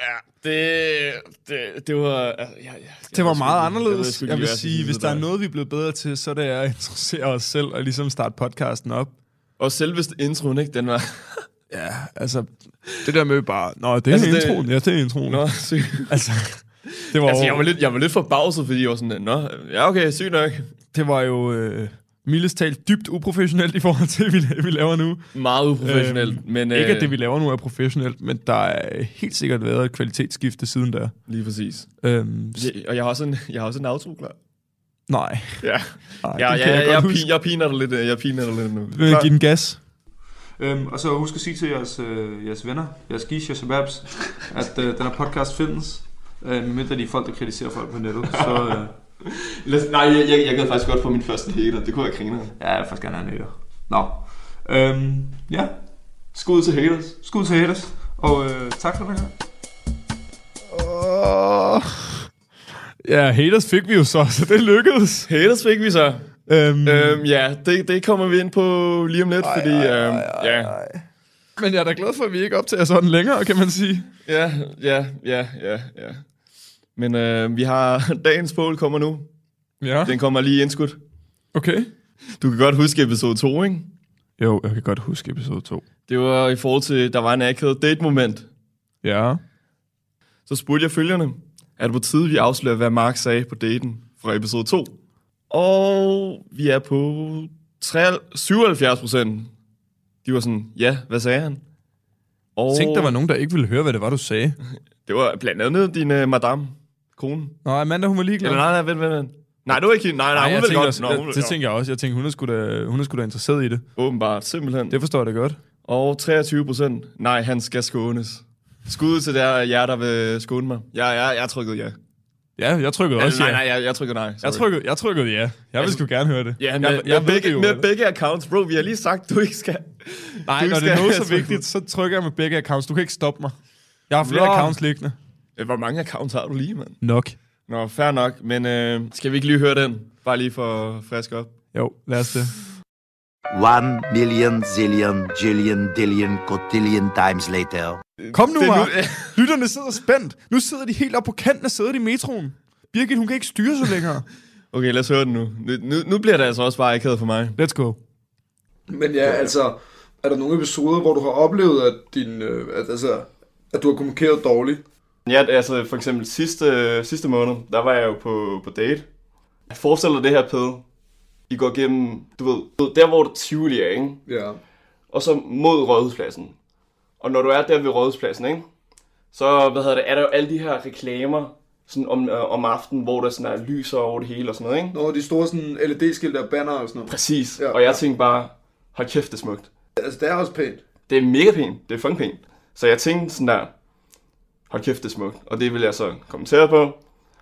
Ja, det, det, det var... Altså, ja, ja,
Det var meget anderledes. Jeg vil sige, hvis der er noget, vi er blevet bedre til, så er det er at introducere os selv og ligesom starte podcasten op.
Og selveste introen, ikke? Den var...
Ja, altså, det der med bare, nå, det er
Altså, det-
altså, introen, det... ja, det er introen.
Nå, sygt.
Altså, det var,
Altså, jeg var
jo,
lidt, jeg var lidt forbavset, fordi jeg var sådan, nå, ja okay, sygt nok.
det var jo øh, Miles talt dybt uprofessionelt i forhold til, hvad vi- vi laver nu.
Meget uprofessionelt, øhm, men...
Øh. Ikke,
øh,
at det, vi laver nu, er professionelt, men der er helt sikkert været et kvalitetsskifte siden der.
Lige præcis.
Øhm, s-
Jeg, og jeg har også en, jeg har også en outro klar.
nej.
Ja.
Ej,
Ja,
den
ja,
kan
ja,
jeg
jeg,
godt
pi- jeg piner dig lidt, øh, jeg piner dig lidt nu.
Vil jeg give den gas?
Øhm, og så husk at sige til jeres, øh, jeres venner, jeres gish, jeres babs, at øh, den her podcast findes. Øh, medmindre de er folk, der kritiserer folk på nettet. Så øh,
Lad, nej, jeg, jeg, jeg gad faktisk godt få min første hater. Det kunne jeg grine
ja, jeg vil faktisk gerne have en hater. Nå. Øhm, ja. Skud til haters. Skud til haters. Og øh, tak for den her gang.
Oh. Ja, haters fik vi jo så, så det lykkedes.
Haters fik vi så.
Øhm,
Øhm, ja, det, det kommer vi ind på lige om lidt, ej, fordi... Ej, øhm, ej, ja.
Men jeg er da glad for, at vi ikke optager sådan længere, kan man sige.
ja, ja, ja, ja, ja. Men øh, vi har... Dagens poll kommer nu.
Ja,
Den kommer lige indskudt.
okay.
Du kan godt huske episode 2, ikke?
Jo, jeg kan godt huske episode 2.
Det var i forhold til, der var en akavet date-moment.
Ja.
Så spurgte jeg følgerne, er det på tide, vi afslører, hvad Mark sagde på daten fra episode 2? Og vi er på 73 77 procent. De var sådan, ja, hvad sagde han? Og
Tænk, der var nogen, der ikke ville høre, hvad det var, du sagde.
det var blandt andet din uh, madame, kone.
Nå, Amanda, hun var ligeglad.
Eller nej, nej, vent, vent, vent. Nej, det var ikke hende. Nej, nej,
Nej,
hun
jeg
ville
tænkte
godt.
også,
Nå,
jeg,
hun ville
det
godt.
tænker jeg også. Jeg tænkte, hun er sgu da, hun er sgu da interesseret i det.
Åbenbart, simpelthen.
Det forstår jeg da godt.
Og 23 procent, nej, han skal skånes. Skud til der, jer, der vil skåne mig. Jeg, jeg, jeg trykkede ja.
Ja, jeg trykkede også
Eller, nej,
ja.
nej, jeg, jeg trykkede nej. Sorry. Altså,
Jeg trykkede, jeg trykkede ja. Jeg vil sgu gerne høre det.
Ja, med,
jeg,
jeg, jeg med,
ved
begge,
det jo,
med
eller?
begge accounts, bro. Vi har lige sagt, du ikke skal.
Nej,
du
når det er
skal-
noget så vigtigt, så trykker jeg med begge accounts. Du kan ikke stoppe mig. Jeg har flere
Nå.
accounts liggende.
Ja, Øh, Hvor mange accounts har du lige, mand?
Nok.
Nå, fair nok, men øh, skal vi ikke lige høre den? Bare lige for at friske op.
Jo, lad os det.
One million zillion jillion dillion cotillion times later.
Kom nu,
Det er nu-
Mark. Lytterne sidder spændt. Nu sidder de helt op på kanten af sædet i metroen. Birgit, hun kan ikke styre sig længere.
Okay, lad os høre den nu. Nu, nu, nu bliver det altså også bare akavet for mig.
Let's go.
Men ja, altså, er der nogle episoder, hvor du har oplevet, at, din, øh, at, altså, at du har kommunikeret dårligt?
Ja, altså for eksempel sidste, sidste måned, der var jeg jo på, på date. Jeg forestiller det her, Pede. I går gennem, du ved, der hvor Tivoli er, ikke?
Ja.
og så mod Rådhuspladsen. Og når du er der ved Rådhuspladsen, ikke? så hvad hedder det, er der jo alle de her reklamer sådan om, øh, om aftenen, hvor der sådan er lyser over det hele og sådan noget. Ikke?
Når de store sådan, LED-skilte og banner og sådan noget.
Præcis.
Ja,
og jeg
ja.
tænkte bare, hold kæft, det er smukt.
Altså, det er også pænt.
Det er mega pænt. Det er fucking pænt. Så jeg tænkte sådan der, hold kæft, det er smukt. Og det vil jeg så kommentere på.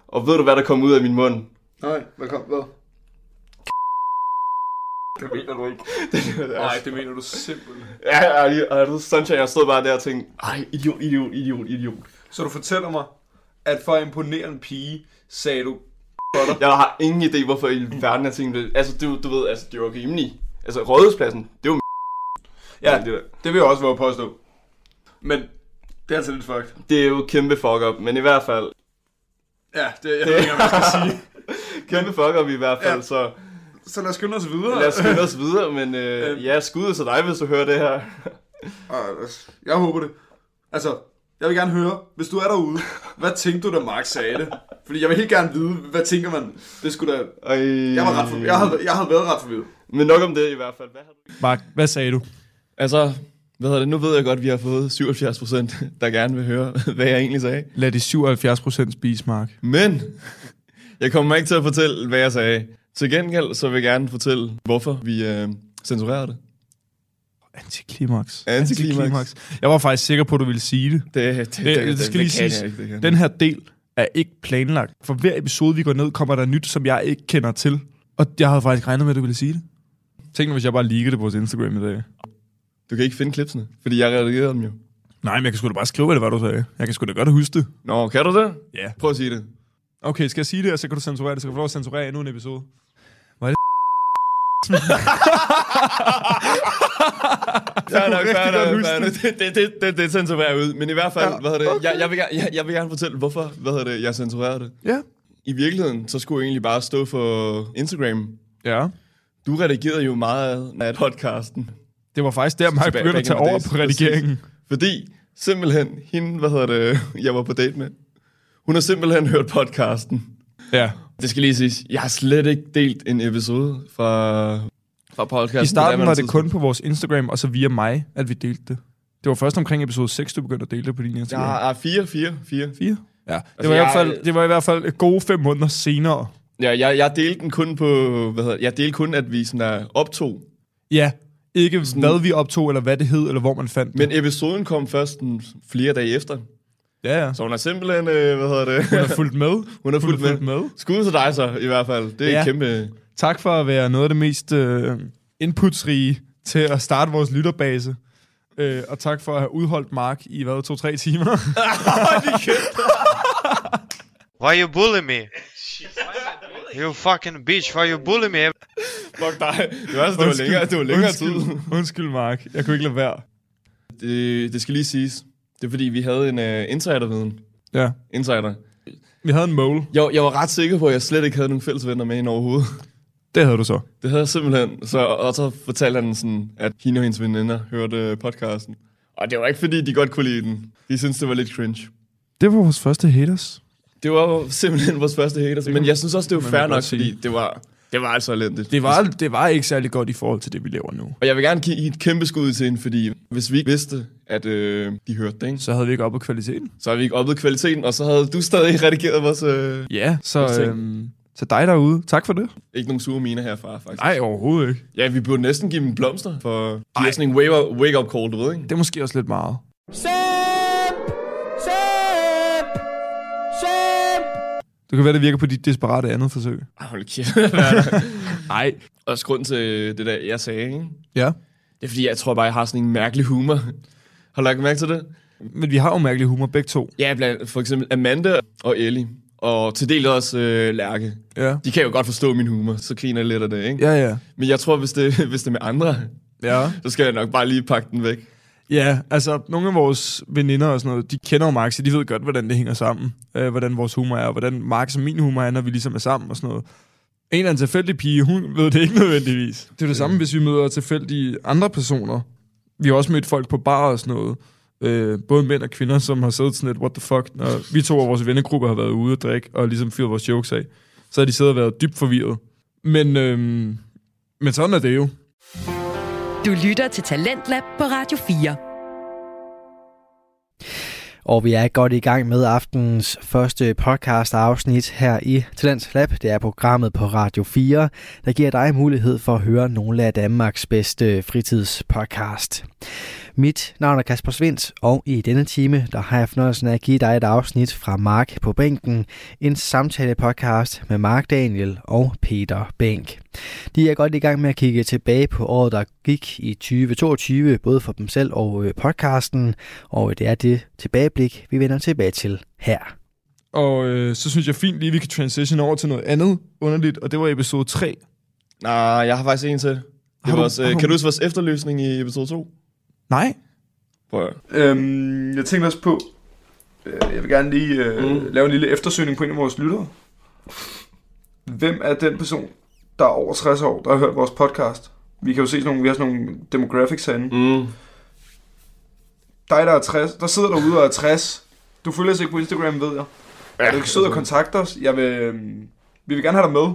Og ved du, hvad der kom ud af min mund?
Nej, hvad kom, hvad?
Det mener du ikke. det,
Nej, det mener du simpelthen.
ja, og, jeg- og, jeg ved, Sunshine, jeg stod bare der og tænkte, ej, idiot, idiot, idiot, idiot.
Så du fortæller mig, at for at imponere en pige, sagde du for dig.
Jeg har ingen idé, hvorfor i verden jeg tænkte det. Altså, du, du ved, altså, det var rimelig. Altså, rådhuspladsen, det var
Ja,
det der.
det vil jeg også være påstå. Men det er altså lidt fucked.
Det er jo kæmpe fuck up, men i hvert fald...
Ja, det jeg ved ikke, hvad jeg skal sige.
Kæmpe fuck up i hvert fald,
Ja.
så
Så lad os skynde os videre.
lad os skynde os videre, men øh, ja, skud til dig, hvis du hører det her.
Ej, altså, Jeg håber det. Altså, jeg vil gerne høre, hvis du er derude, hvad tænkte du, da Mark sagde det? Fordi jeg vil helt gerne vide, hvad tænker man? Det skulle da...
Ej.
Jeg, var ret for... jeg, havde... jeg havde været ret forvirret.
Men nok om det i hvert fald. Hvad har du...
Mark, hvad sagde du?
Altså, hvad hedder det? Nu ved jeg godt, at vi har fået 77 procent, der gerne vil høre, hvad jeg egentlig sagde.
Lad de 77% spise, Mark.
Men jeg kommer ikke til at fortælle, hvad jeg sagde. Til gengæld så vil jeg gerne fortælle, hvorfor vi øh, censurerede det.
Antiklimaks.
Antiklimaks.
Jeg var faktisk sikker på, at du ville sige det.
Det, det, det,
Det, det, det skal lige
kan
siges.
jeg ikke, det kan jeg
Den her del er ikke planlagt. For hver episode, vi går ned, kommer der nyt, som jeg ikke kender til. Og jeg havde faktisk regnet med, at du ville sige det. Tænk nu, hvis jeg bare liker det på vores Instagram i dag.
Du kan ikke finde klipsene, fordi jeg redigerede dem jo.
Nej, men jeg kan sgu da bare skrive, hvad det var, du sagde. Jeg kan sgu da godt huske det.
Nå, kan du det?
Ja.
Prøv at sige det.
Okay, skal jeg sige det, og så kan du censurere det? Så kan du få lov at censurere endnu en episode. Var det
Fair nok,
rigtig
fair
godt
nok,
huske
fair nok. Det, det, det, det, det censurerer jeg ud. Men i hvert fald, ja, hvad hedder det? Okay. Jeg, jeg, vil, gerne- jeg, jeg vil gerne fortælle, hvorfor hvad hedder det, jeg censurerede det.
Ja.
I virkeligheden, så skulle jeg egentlig bare stå for Instagram.
Ja.
Du redigerede jo meget af podcasten.
Det var faktisk der, Mark
Tilbage
begyndte at tage
back in the
over
days.
på redigeringen.
Fordi simpelthen, hende, hvad hedder det, jeg var på date med, hun har simpelthen hørt podcasten.
Ja.
Det skal lige siges, jeg har slet ikke delt en episode fra fra podcasten.
I
på
starten
daværende
var det
tidspunkt.
kun på vores Instagram, og så via mig, at vi delte det. Det var først omkring episode 6, du begyndte at dele det på din Instagram.
Ja, ja, fire, fire, fire.
Fire? Ja, det,
Altså,
altså, var i
jeg-
hvert fald, det var i hvert fald gode fem måneder senere.
Ja, jeg, jeg delte den kun på, hvad hedder, jeg delte kun, at vi sådan er optog.
Ja, ikke sådan, hvad vi optog, eller hvad det hed, eller hvor man fandt det.
Men episoden kom først en, flere dage efter.
Ja, ja.
Så hun er simpelthen, øh, hvad hedder det?
Hun har fulgt med.
Hun har fulgt, med. med. Skud til dig så, i hvert fald. Det er ja.
Ja.
kæmpe...
Tak for at være noget af det mest øh, inputsrige til at starte vores lytterbase. Øh, og tak for at have udholdt Mark i, hvad, to-tre timer.
Why you bully me? You fucking bitch, why you bully me?
Oh
Fuck dig. Det var, altså, det var længere, det var længere tid.
undskyld, Undskyld, Mark. Jeg kunne ikke lade være.
Det, det skal lige siges. Det er fordi, vi havde en uh, insiderviden.
Ja.
Insider.
Vi havde en mole.
Jeg, jeg var ret sikker på, at jeg slet ikke havde nogen fælles venner med hende overhovedet.
Det havde du så.
Det havde jeg simpelthen. Så, og så fortalte han sådan, at hende og hendes veninder hørte øh, podcasten. Og det var ikke fordi, de godt kunne lide den. De syntes, det var lidt cringe.
Det var vores første haters.
Det var jo simpelthen vores første hater. Men jeg synes også, det var
man vel
fair
godt
nok,
sige.
fordi det var, det var altså elendigt.
Det var, det var ikke særlig godt i forhold til det, vi laver nu.
Og jeg vil gerne give et kæmpe skud til hende, fordi hvis vi ikke vidste, at øh, de hørte det, ikke?
Så havde vi ikke oppe kvaliteten.
så havde vi ikke oppet kvaliteten, og så havde du stadig redigeret vores... Øh,
Ja,
vores
så
ting.
øhm, til dig derude. Tak for det.
Ikke nogen sure miner herfra, faktisk.
Nej, overhovedet ikke.
Ja, vi burde næsten give dem blomster, for det er sådan en wake-up wake up call, du ved, ikke?
Det er måske også lidt meget. Det kan være, det virker på dit desperate andet forsøg.
Ej, Hold kæft. Nej. Også grund til det der, jeg sagde, ikke?
Ja.
Det er fordi, jeg tror bare, jeg har sådan en mærkelig humor. Har du lagt mærke til det?
Men vi har jo mærkelig humor begge to.
Ja, blandt for eksempel Amanda og Ellie. Og til del også øh, Lærke.
Ja.
De kan jo godt forstå min humor, så griner jeg lidt af det, ikke?
Ja, ja.
Men jeg tror, hvis det, hvis det er med andre,
Ja.
så skal jeg nok bare lige pakke den væk.
Ja, altså nogle af vores veninder og sådan noget, de kender jo Mark, så de ved godt, hvordan det hænger sammen. Øh, hvordan vores humor er, og hvordan Mark og min humor er, når vi ligesom er sammen og sådan noget. En eller anden tilfældig pige, hun ved det ikke nødvendigvis. Det er det samme, hvis vi møder tilfældige andre personer. Vi har også mødt folk på bar og sådan noget. Øh, både mænd og kvinder, som har siddet sådan lidt, what the fuck, når vi to af vores vennegrupper har været ude og drikke, og ligesom fyret vores jokes af. Så har de siddet og været dybt forvirret. Men, øhm, men sådan er det jo.
Du lytter til Talentlab på Radio 4.
Og vi er godt i gang med aftenens første podcast afsnit her i Talents Lab. Det er programmet på Radio 4, der giver dig mulighed for at høre nogle af Danmarks bedste fritidspodcast. Mit navn er Kasper Svendt, og i denne time der har jeg fornøjelsen af at give dig et afsnit fra Mark på bænken, en samtale-podcast med Mark Daniel og Peter Bænk. De er godt i gang med at kigge tilbage på året, der gik i 2022, både for dem selv og øh, podcasten, og øh, det er det tilbageblik, vi vender tilbage til her.
Og øh, så synes jeg fint lige, vi kan transition over til noget andet underligt, og det var episode 3.
Nej, jeg har faktisk en til. Det
Har
var
du-
også, øh,
har du-
kan du huske vores efterløsning i episode 2?
Nej.
Prøv at
Øhm, jeg tænkte også på, øh, jeg vil gerne lige øh, mm. lave en lille eftersøgning på en af vores lyttere. Hvem er den person, der er over 60 år, der har hørt vores podcast? Vi kan jo se sådan nogle, vi har sådan nogle demographics herinde.
Mm.
Dig, der er 60, der sidder derude og er 60. Du følger os ikke på Instagram, ved jeg. Ja, er du ikke sød
altså.
at kontakte os? Jeg vil, øhm, vi vil gerne have dig med.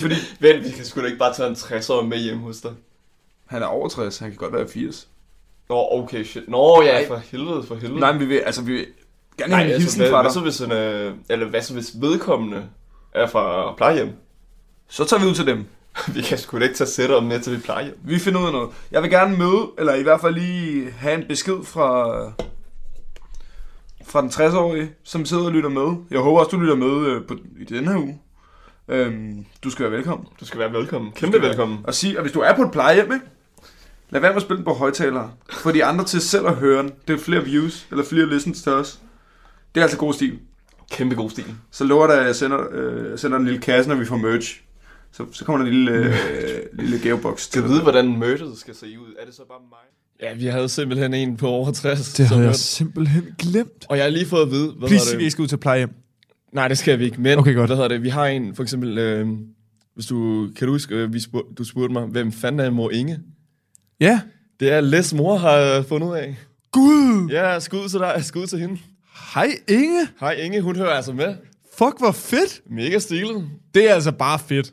fordi
Vent, vi kan sgu da ikke bare tage en 60'er med hjem hos dig.
han er over 60, han kan godt være 80.
Nå, okay, shit. Nå ja,
Nej.
for helvede, for helvede.
Nej, men vi vil, altså, vi vil gerne
Nej,
have en
altså,
hilsen
hvad,
fra
hvad
dig.
så hvis, en, øh, eller hvad så hvis vedkommende er fra plejehjem?
Så tager vi ud til dem.
vi kan sgu da ikke tage sætter om med til vi plejehjem.
Vi finder ud af noget. Jeg vil gerne møde, eller i hvert fald lige have en besked fra, fra den 60-årige, som sidder og lytter med. Jeg håber også, du lytter med øh, på, i denne her uge. Øhm, du skal være velkommen.
Du skal være velkommen.
Du
Kæmpe
skal være-
velkommen.
Og, sig, og hvis du er på et plejehjem, ikke? lad være med at spille den på højtalere. For de andre til selv at høre den. Det er flere views, eller flere listens til os. Det er altså god stil.
Kæmpe god stil.
Så lover dig, at jeg sender, øh, jeg sender en lille kasse, når vi får merch. Så, så kommer der en lille, øh, lille gaveboks
Skal du vide, hvordan mørket skal se ud? Er det så bare mig? Ja, vi havde simpelthen en på over 60.
Det
som
havde jeg
hørte-
simpelthen glemt.
Og jeg har lige fået at vide, hvad
Please,
hedder
vi
det?
skal ud til plejehjem.
Nej, det skal vi ikke. Men
Okay, godt.
hvad hedder det? Vi har en, for eksempel, øh, hvis du kan du huske, øh, vi spurg, du spurgte mig, hvem fanden er mor Inge?
Ja.
Det er Les mor har øh, fundet ud af.
Gud!
Ja, skud til dig, skud til hende.
Hej Inge!
Hej Inge, hun hører altså med.
Fuck, hvor fedt!
Mega stilet.
Det er altså bare fedt.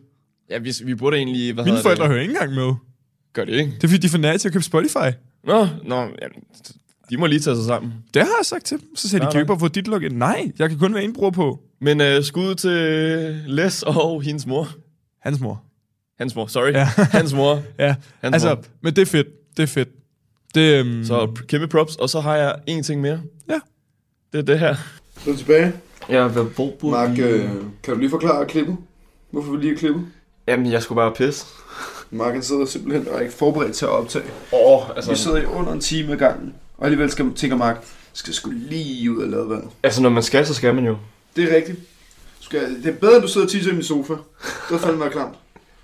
Ja, vi, vi burde egentlig... Hvad
Mine
hedder
forældre
det?
hører ikke engang med.
Gør det ikke?
Det er fordi, de er for nære til at købe Spotify.
Nå, nå jamen, de må lige tage sig sammen.
Det har jeg sagt til dem. Så sagde de,
Nej,
kan vi
nej.
ikke bare få dit login? Nej, jeg kan kun være en bruger på.
Men øh, skud til øh, Les og hendes mor.
Hans mor.
Hans mor, sorry. Ja. Hans mor.
Ja,
Hans
altså,
mor.
men det er fedt. Det er fedt. Det, øhm,
Så p- kæmpe props, og så har jeg en ting mere.
Ja.
Det er det her.
Så er vi tilbage.
Ja, hvad hvor burde
Mark,
vi-
øh, kan du lige forklare klippet? Hvorfor vi lige har klippet?
Jamen, jeg skulle bare pisse.
Mark han sidder simpelthen og er ikke forberedt til at optage.
Åh, oh, altså...
Vi sidder i under en time ad gangen, og alligevel skal, tænker Mark, skal sgu lige ud og lade vandet.
Altså, når man skal, så skal man jo.
Det er rigtigt. Du Skal, det er bedre, end du sidder og tisser i min sofa. Det er fandme være klamt.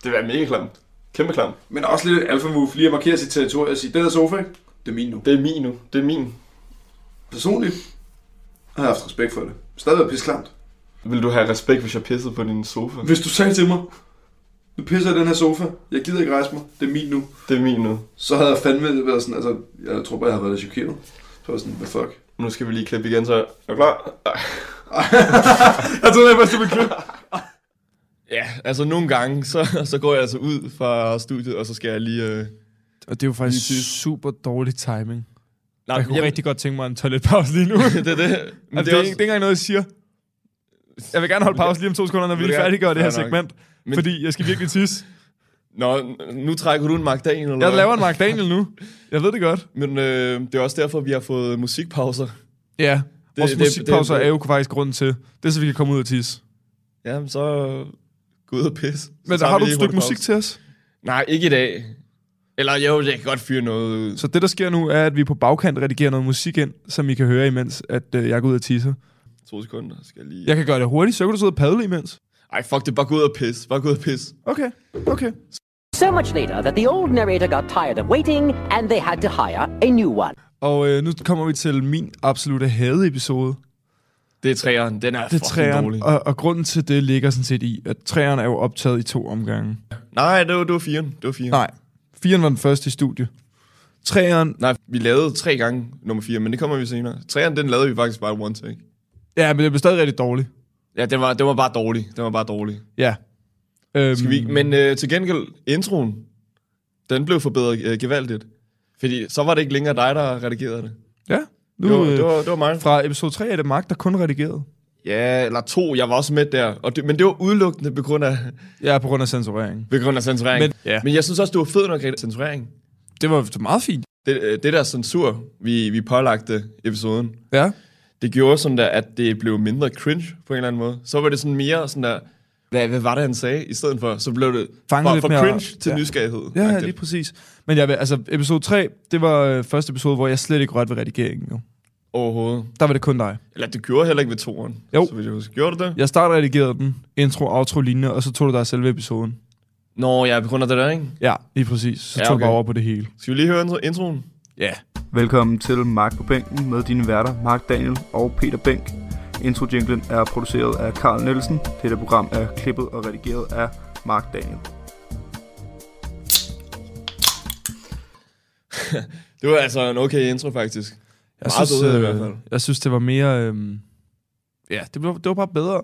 Det var mega klamt. Kæmpe klamt.
Men også lidt alfa move, lige at markere sit territorie og sige, den her sofa, ikke? det er min nu.
Det er min nu. Det er min.
Personligt har jeg haft respekt for det. Stadig er pisklamt.
Vil du have respekt, hvis jeg pissede på din sofa?
Hvis du sagde til mig, nu pisser jeg i den her sofa, jeg gider ikke rejse mig, det er min nu.
Det er min nu.
Så havde jeg fandme været sådan, altså, jeg tror bare, jeg havde været lidt chokeret. Så var jeg sådan, hvad fuck?
Nu skal vi lige klippe igen, så er du klar? Ej.
jeg troede, jeg først ville klippe. Ja, altså nogle gange, så, så går jeg altså ud fra studiet, og så skal jeg lige... Øh,
Og det er jo faktisk
Lige
super dårlig timing.
Nej,
Nej, jeg kunne
jamen-
rigtig godt tænke mig en toiletpause lige nu.
Det er det. Men
Altså,
det er
det, det, er
også-
ikke, det er ikke engang noget, jeg siger. Jeg vil gerne holde pause lige om to sekunder, når vi
Vil du
lige
gerne?
færdiggør det her
Fair nok.
segment.
Men-
Fordi jeg skal virkelig tisse.
Nå, nu trækker du en Mark Daniel, eller
Jeg
hvad?
laver en Mark Daniel nu. Jeg ved det godt.
Men øh, det er også derfor, vi har fået musikpauser.
Ja,
Det-
vores
det-
musikpauser
det-
er jo faktisk grunden til. Det er, så vi kan komme ud og tisse.
Jamen, så gå ud og pisse.
Men
så
har du et stykke musik
til?
til os?
Nej, ikke i dag. Eller jo, jeg kan godt fyre noget ud.
Så det, der sker nu, er, at vi på bagkant redigerer noget musik ind, som I kan høre imens, at øh, jeg går ud og tisser.
To sekunder, skal jeg lige...
Jeg kan gøre det hurtigt, så kan du sidde og padle imens.
Ej, fuck det, bare gå ud og pisse. Bare gå ud og pisse.
Okay, okay.
So much later that the old narrator got tired of waiting and they had to hire a new one.
Og øh, nu kommer vi til min absolute hade-episode.
Det er træeren, den er
Det er
fucking
træeren,
dårlig.
og, og grunden til det ligger sådan set i, at træeren er jo optaget i to omgange.
Nej, det var, det var firen. Det var firen.
Nej, firen var den første i studie. Træeren,
Nej, vi lavede tre gange nummer 4, men det kommer vi senere. Træeren, den lavede vi faktisk bare one take.
ja, men det blev stadig rigtig dårlig.
Ja, den var, den var bare dårlig. Den var bare dårlig.
Ja. Øhm,
Skal vi, men øh, til gengæld, introen, den blev forbedret øh, gevaldigt. Fordi så var det ikke længere dig, der redigerede det.
Ja, nu,
det, var,
øh,
det, var, det var mig.
Fra episode 3 er det Mark, der kun redigerede.
Ja, eller to, jeg var også med der. Og det, men det var udelukkende på grund af,
Ja, på grund af censureringen.
på grund af censurering. Men,
Men- ja.
men jeg synes også, det var fedt nok, at censurering.
Det var meget fint.
Det, øh, det der censur, vi, vi pålagte episoden,
Ja.
det gjorde sådan der, at det blev mindre cringe på en eller anden måde. Så var det sådan mere sådan der, hvad, hvad var det, han sagde? I stedet for, så blev det
Fanget
fra,
lidt
fra
mere-
cringe til
ja.
nysgerrighed.
Ja, ja,
agtigt.
lige præcis. Men jeg vil, altså, episode 3, det var øh, første episode, hvor jeg slet ikke rørte ved redigeringen. Jo.
Overhovedet.
Der var det kun dig.
Eller det gjorde jeg heller ikke ved toren.
Jo.
Så vidt jeg husker. Gjorde du det?
Jeg startede redigerede den, intro, outro, linje, og så tog du dig selve episoden.
Nå, ja, på grund af det der, ikke?
Ja, lige præcis. Så
Ja,
ja, tog okay.
okay.
jeg bare over på det hele.
Skal vi lige høre intro- introen?
Ja.
Velkommen til Mark på bænken med dine værter Mark Daniel og Peter Bænk. Introjinglen er produceret af Karl Nielsen. Dette program er klippet og redigeret af Mark Daniel.
Det var altså en okay intro, faktisk.
Jeg
Meget
synes,
bedre i
øh,
hvert fald.
jeg synes, det var mere... Øh, ja, det, blev, det var bare bedre.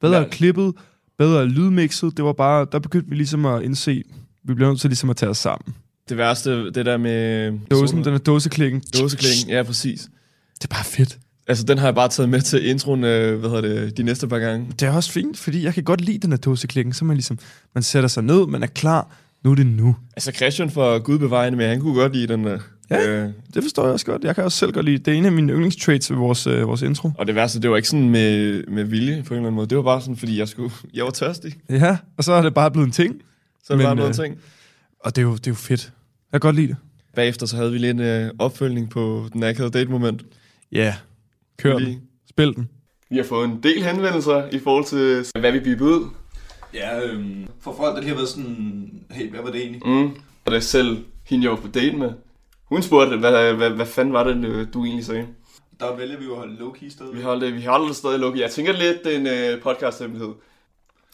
Bedre
Ja.
ja. klippet, bedre lydmixet. Det var bare... Der begyndte vi ligesom at indse, vi bliver nødt til ligesom at tage os sammen.
Det værste, det der med...
Dåsen, den er dåseklikken.
Dåseklingen, ja, præcis.
Det er bare fedt.
Altså, den har jeg bare taget med til introen, øh, hvad hedder det, de næste par gange.
Det er også fint, fordi jeg kan godt lide den her dåseklikken. Så man ligesom... Man sætter sig ned, man er klar. Nu er det nu.
Altså, Christian fra Gud bevejende, men han kunne godt lide den. Øh, ja. øh,
Det forstår jeg også godt. Jeg kan også selv godt lide. Det er en af mine yndlingstraits ved vores, øh, vores intro.
og det værste, det var ikke sådan med, med vilje på en eller anden måde. Det var bare sådan, fordi jeg, skulle, jeg var tørstig.
Ja, og så er det bare blevet en ting.
Så er det
Men,
bare noget
øh,
ting.
Og det er jo, det er jo fedt. Jeg kan godt lide det.
Bagefter så havde vi lidt en øh, opfølgning på den akavede date-moment.
Ja. Kør
Fordi-
den. Spil den.
Vi har fået en del henvendelser i forhold til, hvad vi bibede ud.
Ja, øhm, for folk, der lige har været sådan, hey, hvad var det egentlig?
Mm. Og det er selv hende, jeg var på date med. Hun spurgte, hvad, hvad, hvad fanden var det, øh, du egentlig sagde?
Der vælger vi jo at holde low-key stadig.
Vi holder, vi holder det stadig lukket. Jeg tænker lidt, det er en øh, podcast-hemmelighed.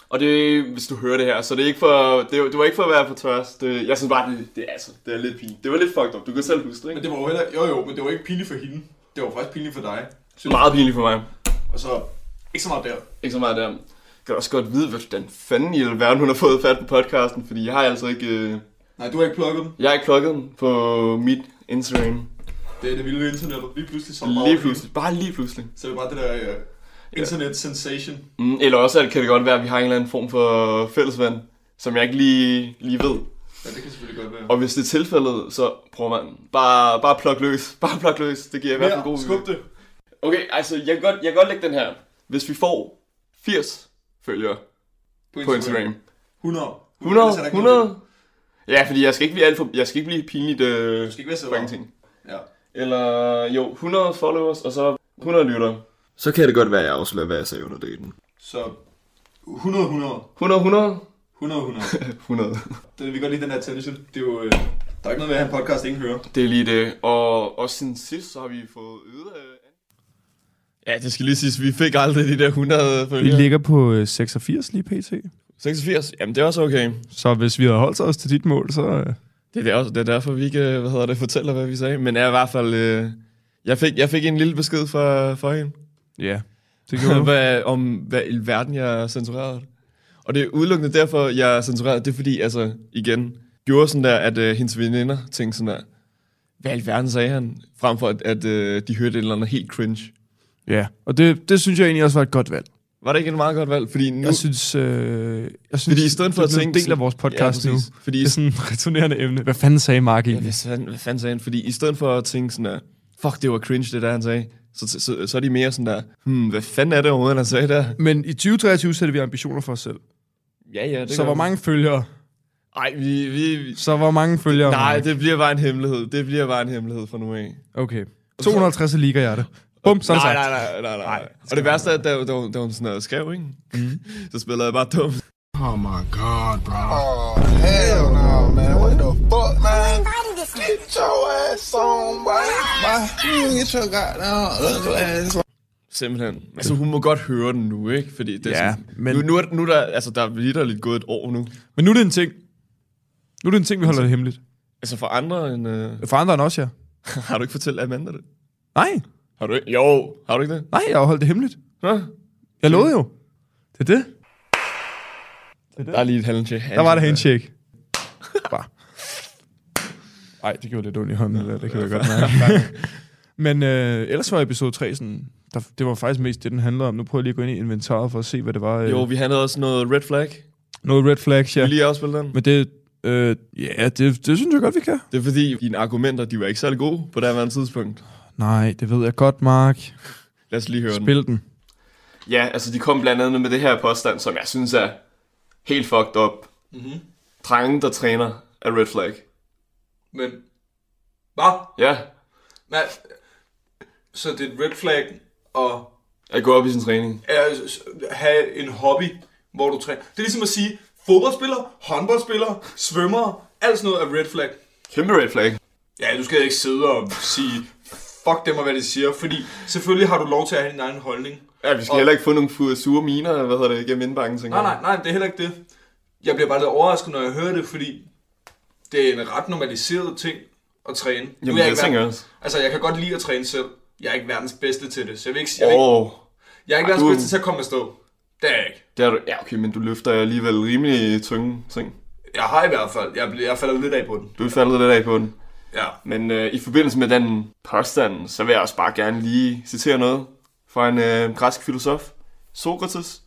Og det hvis du hører det her, så det er ikke for, det, det var ikke for at være for tørs. Det, jeg synes bare, det, det, er, altså, det er lidt pinligt. Det var lidt fucked up, du kan selv huske det, ikke?
Men det var jo heller, jo jo, men det var ikke pinligt for hende. Det var faktisk pinligt for dig.
Meget pinligt for mig.
Og så, ikke så meget der.
Ikke så meget der. skal også godt vide, hvordan fanden i alverden hun har fået fat på podcasten, fordi jeg har altså ikke... Øh...
Nej, du har ikke plukket dem.
Jeg har ikke plukket den på mit Instagram.
Det er det vilde ved internettet. Lige pludselig så
Lige pludselig. Bare lige pludselig.
Så er det bare det der uh, internet sensation.
Mm, eller også at- kan det godt være, at vi har en eller anden form for fællesven, som jeg ikke lige, lige ved.
Ja, det kan selvfølgelig godt være.
Og hvis det er tilfældet, så prøver man bare, bare pluk løs. Bare pluk løs. Det giver i hvert fald
Her,
god
skub det.
Okay, altså, jeg kan, godt, jeg kan godt lægge den her. Hvis vi får 80 følgere på Instagram. På Instagram
100.
100,
Ellers er der ikke noget
100. Ja, fordi jeg skal ikke blive alt for, jeg skal ikke blive pinligt øh, du skal ikke være for ingenting.
Ja.
Eller jo, 100 followers, og så 100 lytter. Så kan det godt være, at jeg afslører, hvad jeg sagde under daten.
Så 100, 100.
100, 100.
100, 100.
100.
Det vi kan godt lide den her attention. Det er jo... Øh, der er ikke noget ved at have en podcast, ingen hører.
Det er lige det. Og, og siden sidst, så har vi fået øget af... Ja, det skal lige siges, vi fik aldrig de der 100
Vi
følgere.
ligger på øh, 86 lige pt.
86, jamen det er også okay.
Så hvis vi havde holdt os til dit mål, så... Øh,
Det er, der også, det er derfor, vi ikke øh, hvad hedder det, fortæller, hvad vi sagde. Men jeg er i hvert fald... Øh, jeg, fik, jeg fik en lille besked fra, fra hende.
Ja, det gjorde du.
hvad, om hvad i verden jeg censurerede. Og det er udelukkende derfor, jeg censurerede. Det er fordi, altså, igen, gjorde sådan der, at øh, hendes veninder tænkte sådan der, hvad i alverden sagde han? Frem for, at, at øh, de hørte et eller andet helt cringe.
ja, og det, det synes jeg egentlig også var et godt valg.
Var det ikke et meget godt valg? Fordi nu...
Jeg synes, øh, jeg synes
Fordi i stedet for
det
at
er blevet
tænke
en del af
sådan-
vores podcast
Ja,
ja, nu.
præcis. Fordi-
Fordi det er sådan et returnerende emne. Hvad fanden sagde Mark
Ja,
egentlig?
hvad, fanden, hvad fanden sagde han? Fordi i stedet for at tænke sådan der, fuck, det var cringe, det der, han sagde, så, så, så, så er de mere sådan der, hmm, hvad fanden er det overhovedet, han sagde der?
Men i 2023 sætter vi ambitioner for os selv.
Ja, ja, det
så hvor mange følgere?
Nej, vi, vi, vi...
Så hvor mange følgere?
Nej, det bliver bare en hemmelighed. Det bliver bare en hemmelighed fra nu af.
Okay. 250 ligger jeg det. Bum, så er det
nej,
sagt.
nej, nej, nej, nej, nej. Og det værste er, at da, da, hun- da hun sådan noget skrev, ikke?
Mhm.
Mm. så spillede jeg bare dum.
Oh my god, bro.
Oh, Hell no, man. What the fuck, man?
this
Get your ass on, boy. Boy, You get your goddamn ass on.
Simpelthen. Altså, hun må godt høre den nu, ikke? Fordi det er
Ja,
sådan, men... Nu, nu, er, nu er der, altså, der er lidt gået et år nu.
Men nu er det en ting. Nu er det en ting, vi holder det hemmeligt.
Altså, for andre end... Øh...
For andre end os, ja.
har du ikke fortalt Amanda det?
Nej.
Har du ikke? Jo, har du ikke det?
Nej, jeg har holdt det hemmeligt.
Nå?
Jeg lovede jo. Det er det.
Der er lige et handshake.
Der var det handshake. Bare. Ej, det gjorde lidt ondt i hånden, det, der. det kan jeg godt mærke. Men øh, ellers var episode 3 sådan, der, det var faktisk mest det, den handlede om. Nu prøver jeg lige at gå ind i inventaret for at se, hvad det var. Øh,
Jo, vi handlede også noget red flag.
Noget red flags, ja.
Vil I lige afspille den?
Men det, øh, ja, det, det synes jeg godt, vi kan.
Det er fordi, dine argumenter, de var ikke særlig gode på det her tidspunkt.
Nej, det ved jeg godt, Mark.
Lad os lige høre
Spil den.
Ja, altså de kom blandt andet med det her påstand, som jeg synes er helt fucked up.
Mhm.
Drengen, der træner, er red flag.
Men, hvad?
Ja,
Nej, så det er et red flag at
at gå op i sin træning.
er, s- have en hobby, hvor du træner. Det er ligesom at sige, fodboldspiller, håndboldspiller, svømmer, alt sådan noget er red flag.
Kæmpe red flag.
Ja, du skal ikke sidde og sige, fuck dem og hvad de siger, fordi selvfølgelig har du lov til at have din egen holdning.
Ja, vi skal
Og-
heller ikke få nogle fu- sure miner, hvad hedder det, gennem indbakken, tænker
Nej, nej, nej, det er heller ikke det. Jeg bliver bare lidt overrasket, når jeg hører det, fordi det er en ret normaliseret ting at træne. Nu er
Jamen,
jeg
det
ikke
tænker jeg
verdens-
også.
Altså, jeg kan godt lide at træne selv. Jeg er ikke verdens bedste til det, så jeg vil ikke sige...
jeg.
Jeg, vil
Åh,
ikke, jeg er ikke
Ej,
verdens
du-
bedste til at komme afsted. Det er jeg ikke.
det er du. Ja, okay, men du løfter alligevel rimelig tunge ting.
Jeg har i hvert fald. Jeg, ble- jeg falder lidt af på den.
Du er faldet lidt af på den.
Ja.
Men øh, i forbindelse med den påstand, så vil jeg også bare gerne lige citere noget fra en øh, græsk filosof, Sokrates.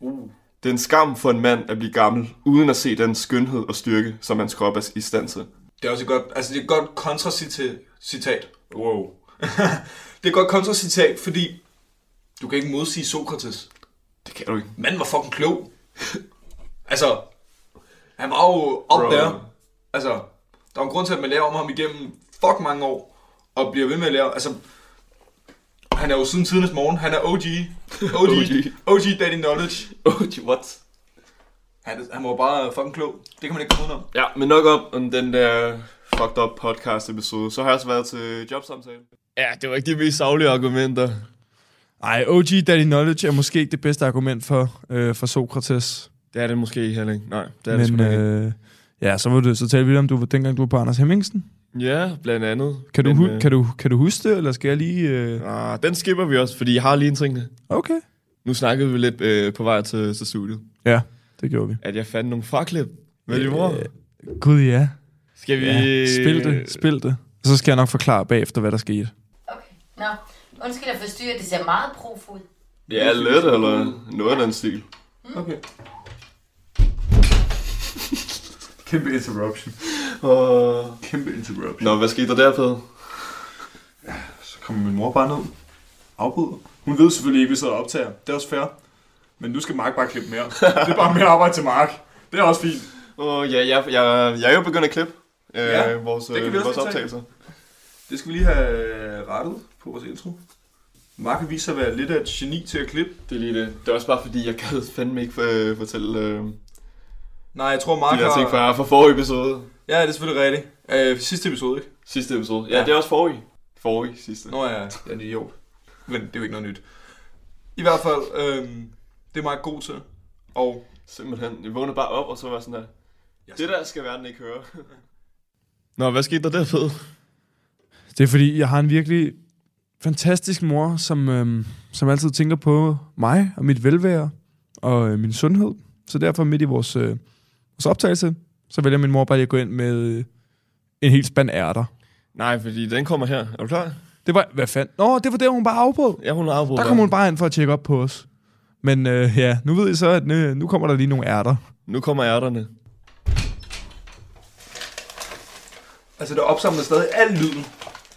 Uh.
Det er en skam for en mand at blive gammel, uden at se den skønhed og styrke, som hans krop er i stand til.
Det er også et godt, altså det er et godt kontracitat. Wow. det er et godt kontracitat, fordi du kan ikke modsige Sokrates.
Det kan du ikke.
Manden var fucking klog. altså, han var jo op
Bro.
der. Altså, der er en grund til, at man lærer om ham igennem fuck mange år, og bliver ved med at lære. Altså, han er jo siden tidernes morgen. Han er OG. OG. OG, Daddy Knowledge.
OG, what?
Han, han var bare fucking klog. Det kan man ikke komme udenom.
Ja, men nok op om den der fucked up podcast episode. Så har jeg også været til jobsamtale. Ja, det var ikke de mest savlige argumenter.
Ej, OG Daddy Knowledge er måske ikke det bedste argument for, øh, for Sokrates.
Det er det måske heller ikke. Nej, det er det
Men
sgu ikke.
øh, ja, så, var det, så talte vi lidt om, du var dengang du var på Anders Hemmingsen.
Ja, blandt andet.
øh, Kan,
Men,
du, hu-
øh,
kan, du, kan du huske det, eller skal jeg lige... Øh...
Ah, den skipper vi også, fordi jeg har lige en ting.
Okay.
Nu snakkede vi lidt øh, på vej til, til studiet.
Ja, det gjorde vi.
At jeg fandt nogle fraklip med din mor.
Øh, Gud ja.
Skal vi...
Ja, spil det, spil det. Og så skal jeg nok forklare bagefter, hvad der skete.
Nå, undskyld at forstyrre, det ser meget prof ud.
Ja, lidt eller noget af den stil.
Okay. Kæmpe interruption.
Og...
Kæmpe interruption.
Nå, hvad skete der der, Peder?
Så kommer min mor bare ned. Afbryder. Hun ved selvfølgelig ikke, at vi sidder og optager. Det er også fair. Men nu skal Mark bare klippe mere. Det er bare mere arbejde til Mark. Det er også fint.
Åh, ja, jeg, jeg, jeg er jo begyndt at klippe øh,
Ja,
vores,
det kan vi
øh,
også
vores
lige tage.
optagelser.
Det skal vi lige have øh, rettet på vores intro. Mark kan vise sig at være lidt af et geni til at klippe.
Det er lige det. Det er også bare fordi, jeg gad fandme ikke øh, fortælle øh,
Nej, jeg tror
de
Mark
der ting
har...
fra, fra forrige episode.
Ja, det er selvfølgelig rigtigt. Øh, sidste episode, ikke?
Sidste episode. Ja,
Ja.
ja. det er også forrige. Forrige sidste.
Nå ja, jeg er en idiot. Men det er jo ikke noget nyt. I hvert fald, øhm, det er Mark god til. Og
Simpelthen. Jeg vågnede bare op, og så var jeg sådan der. Det der skal verden ikke høre.
Nå, hvad skete der der, Fed?
Det er fordi, jeg har en virkelig fantastisk mor, som, øhm, som altid tænker på mig og mit velvære og øh, min sundhed. Så derfor midt i vores, øh, vores optagelse, så vælger min mor bare lige at gå ind med øh, en hel spand ærter.
Nej, fordi den kommer her. Er du klar?
Det var, hvad fanden? Nå, det var der, hun bare afbrød.
Ja, hun afbrød.
Der kom hun bare ind for at tjekke op på os. Men øh, ja, nu ved I så, at øh, nu kommer der lige nogle ærter.
Nu kommer ærterne.
altså, det opsamler stadig al lyden.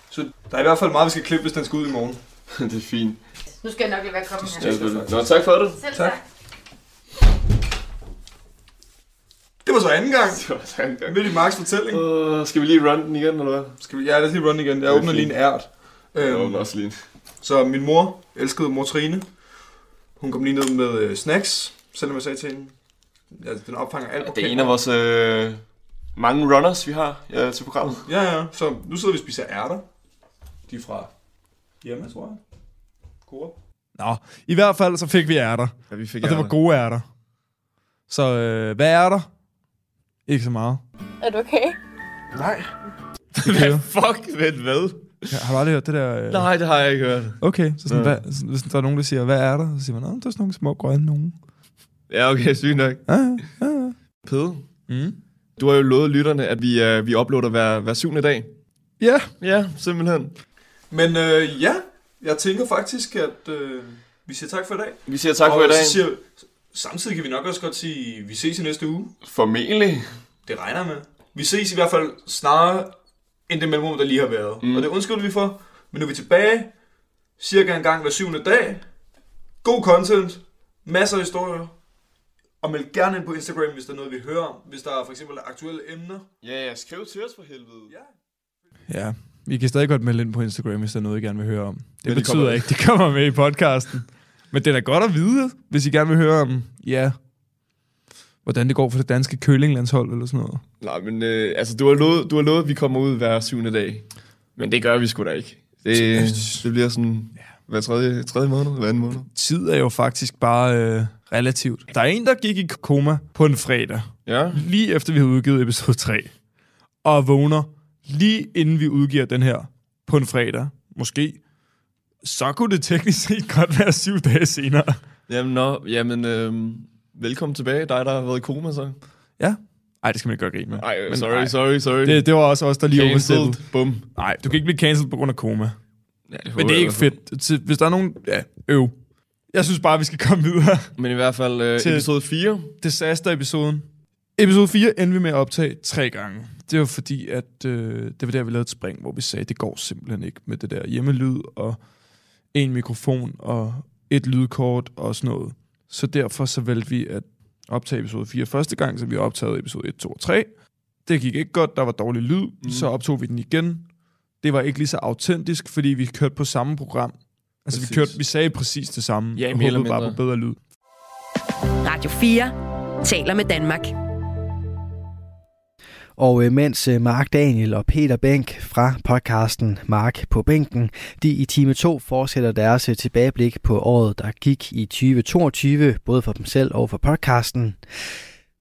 Så der er i hvert fald meget, vi skal klippe, hvis den skal ud i morgen.
det er fint.
Nu skal jeg nok lade være kommet her.
Ja, selvfølgelig. Nå, tak for det.
Selv tak.
Det var så anden gang.
Det var så en gang.
Midt i Marks fortælling.
Uh, skal vi lige run den igen, eller hvad?
Skal vi, ja, lad os lige runde igen. Jeg
Det er
åbner lige en
fint.
ært.
Jeg
Øhm,
åbner også lige en.
så min mor elskede mor Trine. Hun kom lige ned med øh, snacks, selvom jeg sagde til hende. Altså, den opfanger alt på
Det er en
kamera.
af vores øh, mange runners, vi har ja, til programmet.
Ja, ja. Så nu sidder vi og spiser ærter. De er fra hjemme, tror jeg. Coop.
Nå, i hvert fald så fik vi ærter.
Ja, vi fik
Og det var
ærter.
gode ærter. Så øh, hvad er der? Ikke så meget.
Er du okay?
Nej.
Okay.
Fuck, vent, hvad?
Ja, har du aldrig hørt det der? Øh...
Nej, det har jeg ikke hørt.
Okay, så sådan,
Ja.
ja. hvad, sådan, hvis der er nogen, der siger, hvad er der? Så siger man, "Nå, der er sådan nogle små grønne nogen.
Ja, okay, sygt nok.
Ja, ja,
ah.
ja.
Pede,
Mm.
du har jo lovet lytterne, at vi, øh, vi uploader hver, hver syvende dag.
Ja.
Ja, simpelthen.
Men øh, ja, jeg tænker faktisk, at øh, vi siger tak for i dag.
Vi siger tak
og
for i dag.
Så siger, samtidig kan vi nok også godt sige, at vi ses i næste uge.
Formentlig.
Det regner jeg med. Vi ses i hvert fald snarere end det mellemrum, der lige har været. Mm. Og det undskylder vi for. Men nu er vi tilbage. Cirka en gang hver syvende dag. God content. Masser af historier. Og meld gerne ind på Instagram, hvis der er noget, vi hører om. Hvis der er for eksempel aktuelle emner.
Ja, ja, skriv til os for helvede.
Ja.
Ja, vi kan stadig godt melde ind på Instagram, hvis der er noget, I gerne vil høre om. Det
Men det
betyder
kommer-
ikke, det kommer med i podcasten. Men det er da godt at vide, hvis I gerne vil høre om, ja, hvordan det går for det danske køllinglandshold eller sådan noget.
Nej, men øh, altså, du har, lovet, du har lovet, at vi kommer ud hver syvende dag. Men det gør vi sgu da ikke. Det, det bliver sådan hver tredje, tredje måned, hver anden måned.
Tid er jo faktisk bare øh, relativt. Der er en, der gik i koma på en fredag,
Ja.
lige efter vi havde udgivet episode 3, og vågner lige inden vi udgiver den her på en fredag, måske, så kunne det teknisk set godt være syv dage senere.
Jamen, nå, jamen, øh, velkommen tilbage, dig, der har været i koma, så.
Ja. Ej, det skal man ikke gøre grin med.
Ej,
Men
øh, sorry,
ej.
sorry, sorry.
Det, det var også os, der lige
Cancelled.
oversættede.
Bum.
Nej, du kan ikke blive cancelled på grund af koma.
Ja,
Men
håber
det er
jeg i
ikke
hvert fald.
fedt. Til- Hvis der er nogen... Ja, øv. Jeg synes bare, vi skal komme videre
Men i hvert fald øh,
Til-
episode 4.
disaster-episoden. Episode 4 endte vi med at optage tre gange. Det var fordi, at øh, det var der, vi lavede et spring, hvor vi sagde, det går simpelthen ikke med det der hjemmelyd og en mikrofon og et lydkort og sådan noget. Så derfor så valgte vi at optage episode 4 første gang, så vi optagede episode 1, 2 og 3. Det gik ikke godt, der var dårlig lyd, mm. så optog vi den igen. Det var ikke lige så autentisk, fordi vi kørte på samme program. Altså vi,
Præcis.
kørte, vi sagde præcis det samme,
Ja,
og
mere eller
håbede bare på
mindre.
bedre lyd.
Radio 4 taler med Danmark.
Og øh, mens øh, Mark Daniel og Peter Bænk fra podcasten Mark på bænken, de i time 2 fortsætter deres øh, tilbageblik på året, der gik i 2022, både for dem selv og for podcasten,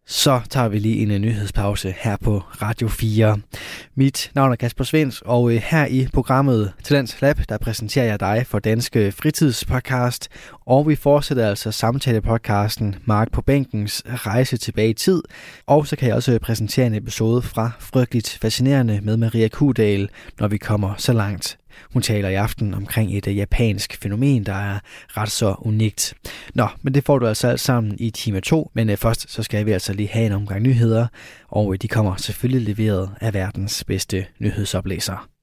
Så tager vi lige en øh, nyhedspause her på Radio 4. Mit navn er Kasper Svens, og øh, her i programmet Talents Lab, der præsenterer jeg dig for Danske Fritidspodcast, og vi fortsætter altså samtalepodcasten Mark på bænkens rejse tilbage i tid, og så kan jeg også øh, præsentere en episode fra Frygteligt Fascinerende med Maria Kudal, når vi kommer så langt. Hun taler i aften omkring et øh, japansk fænomen, der er ret så unikt. Nå, men det får du altså alt sammen i time 2, men øh, først så skal vi altså lige have en omgang nyheder, og øh, de kommer selvfølgelig leveret af verdens bedste nyhedsoplæser.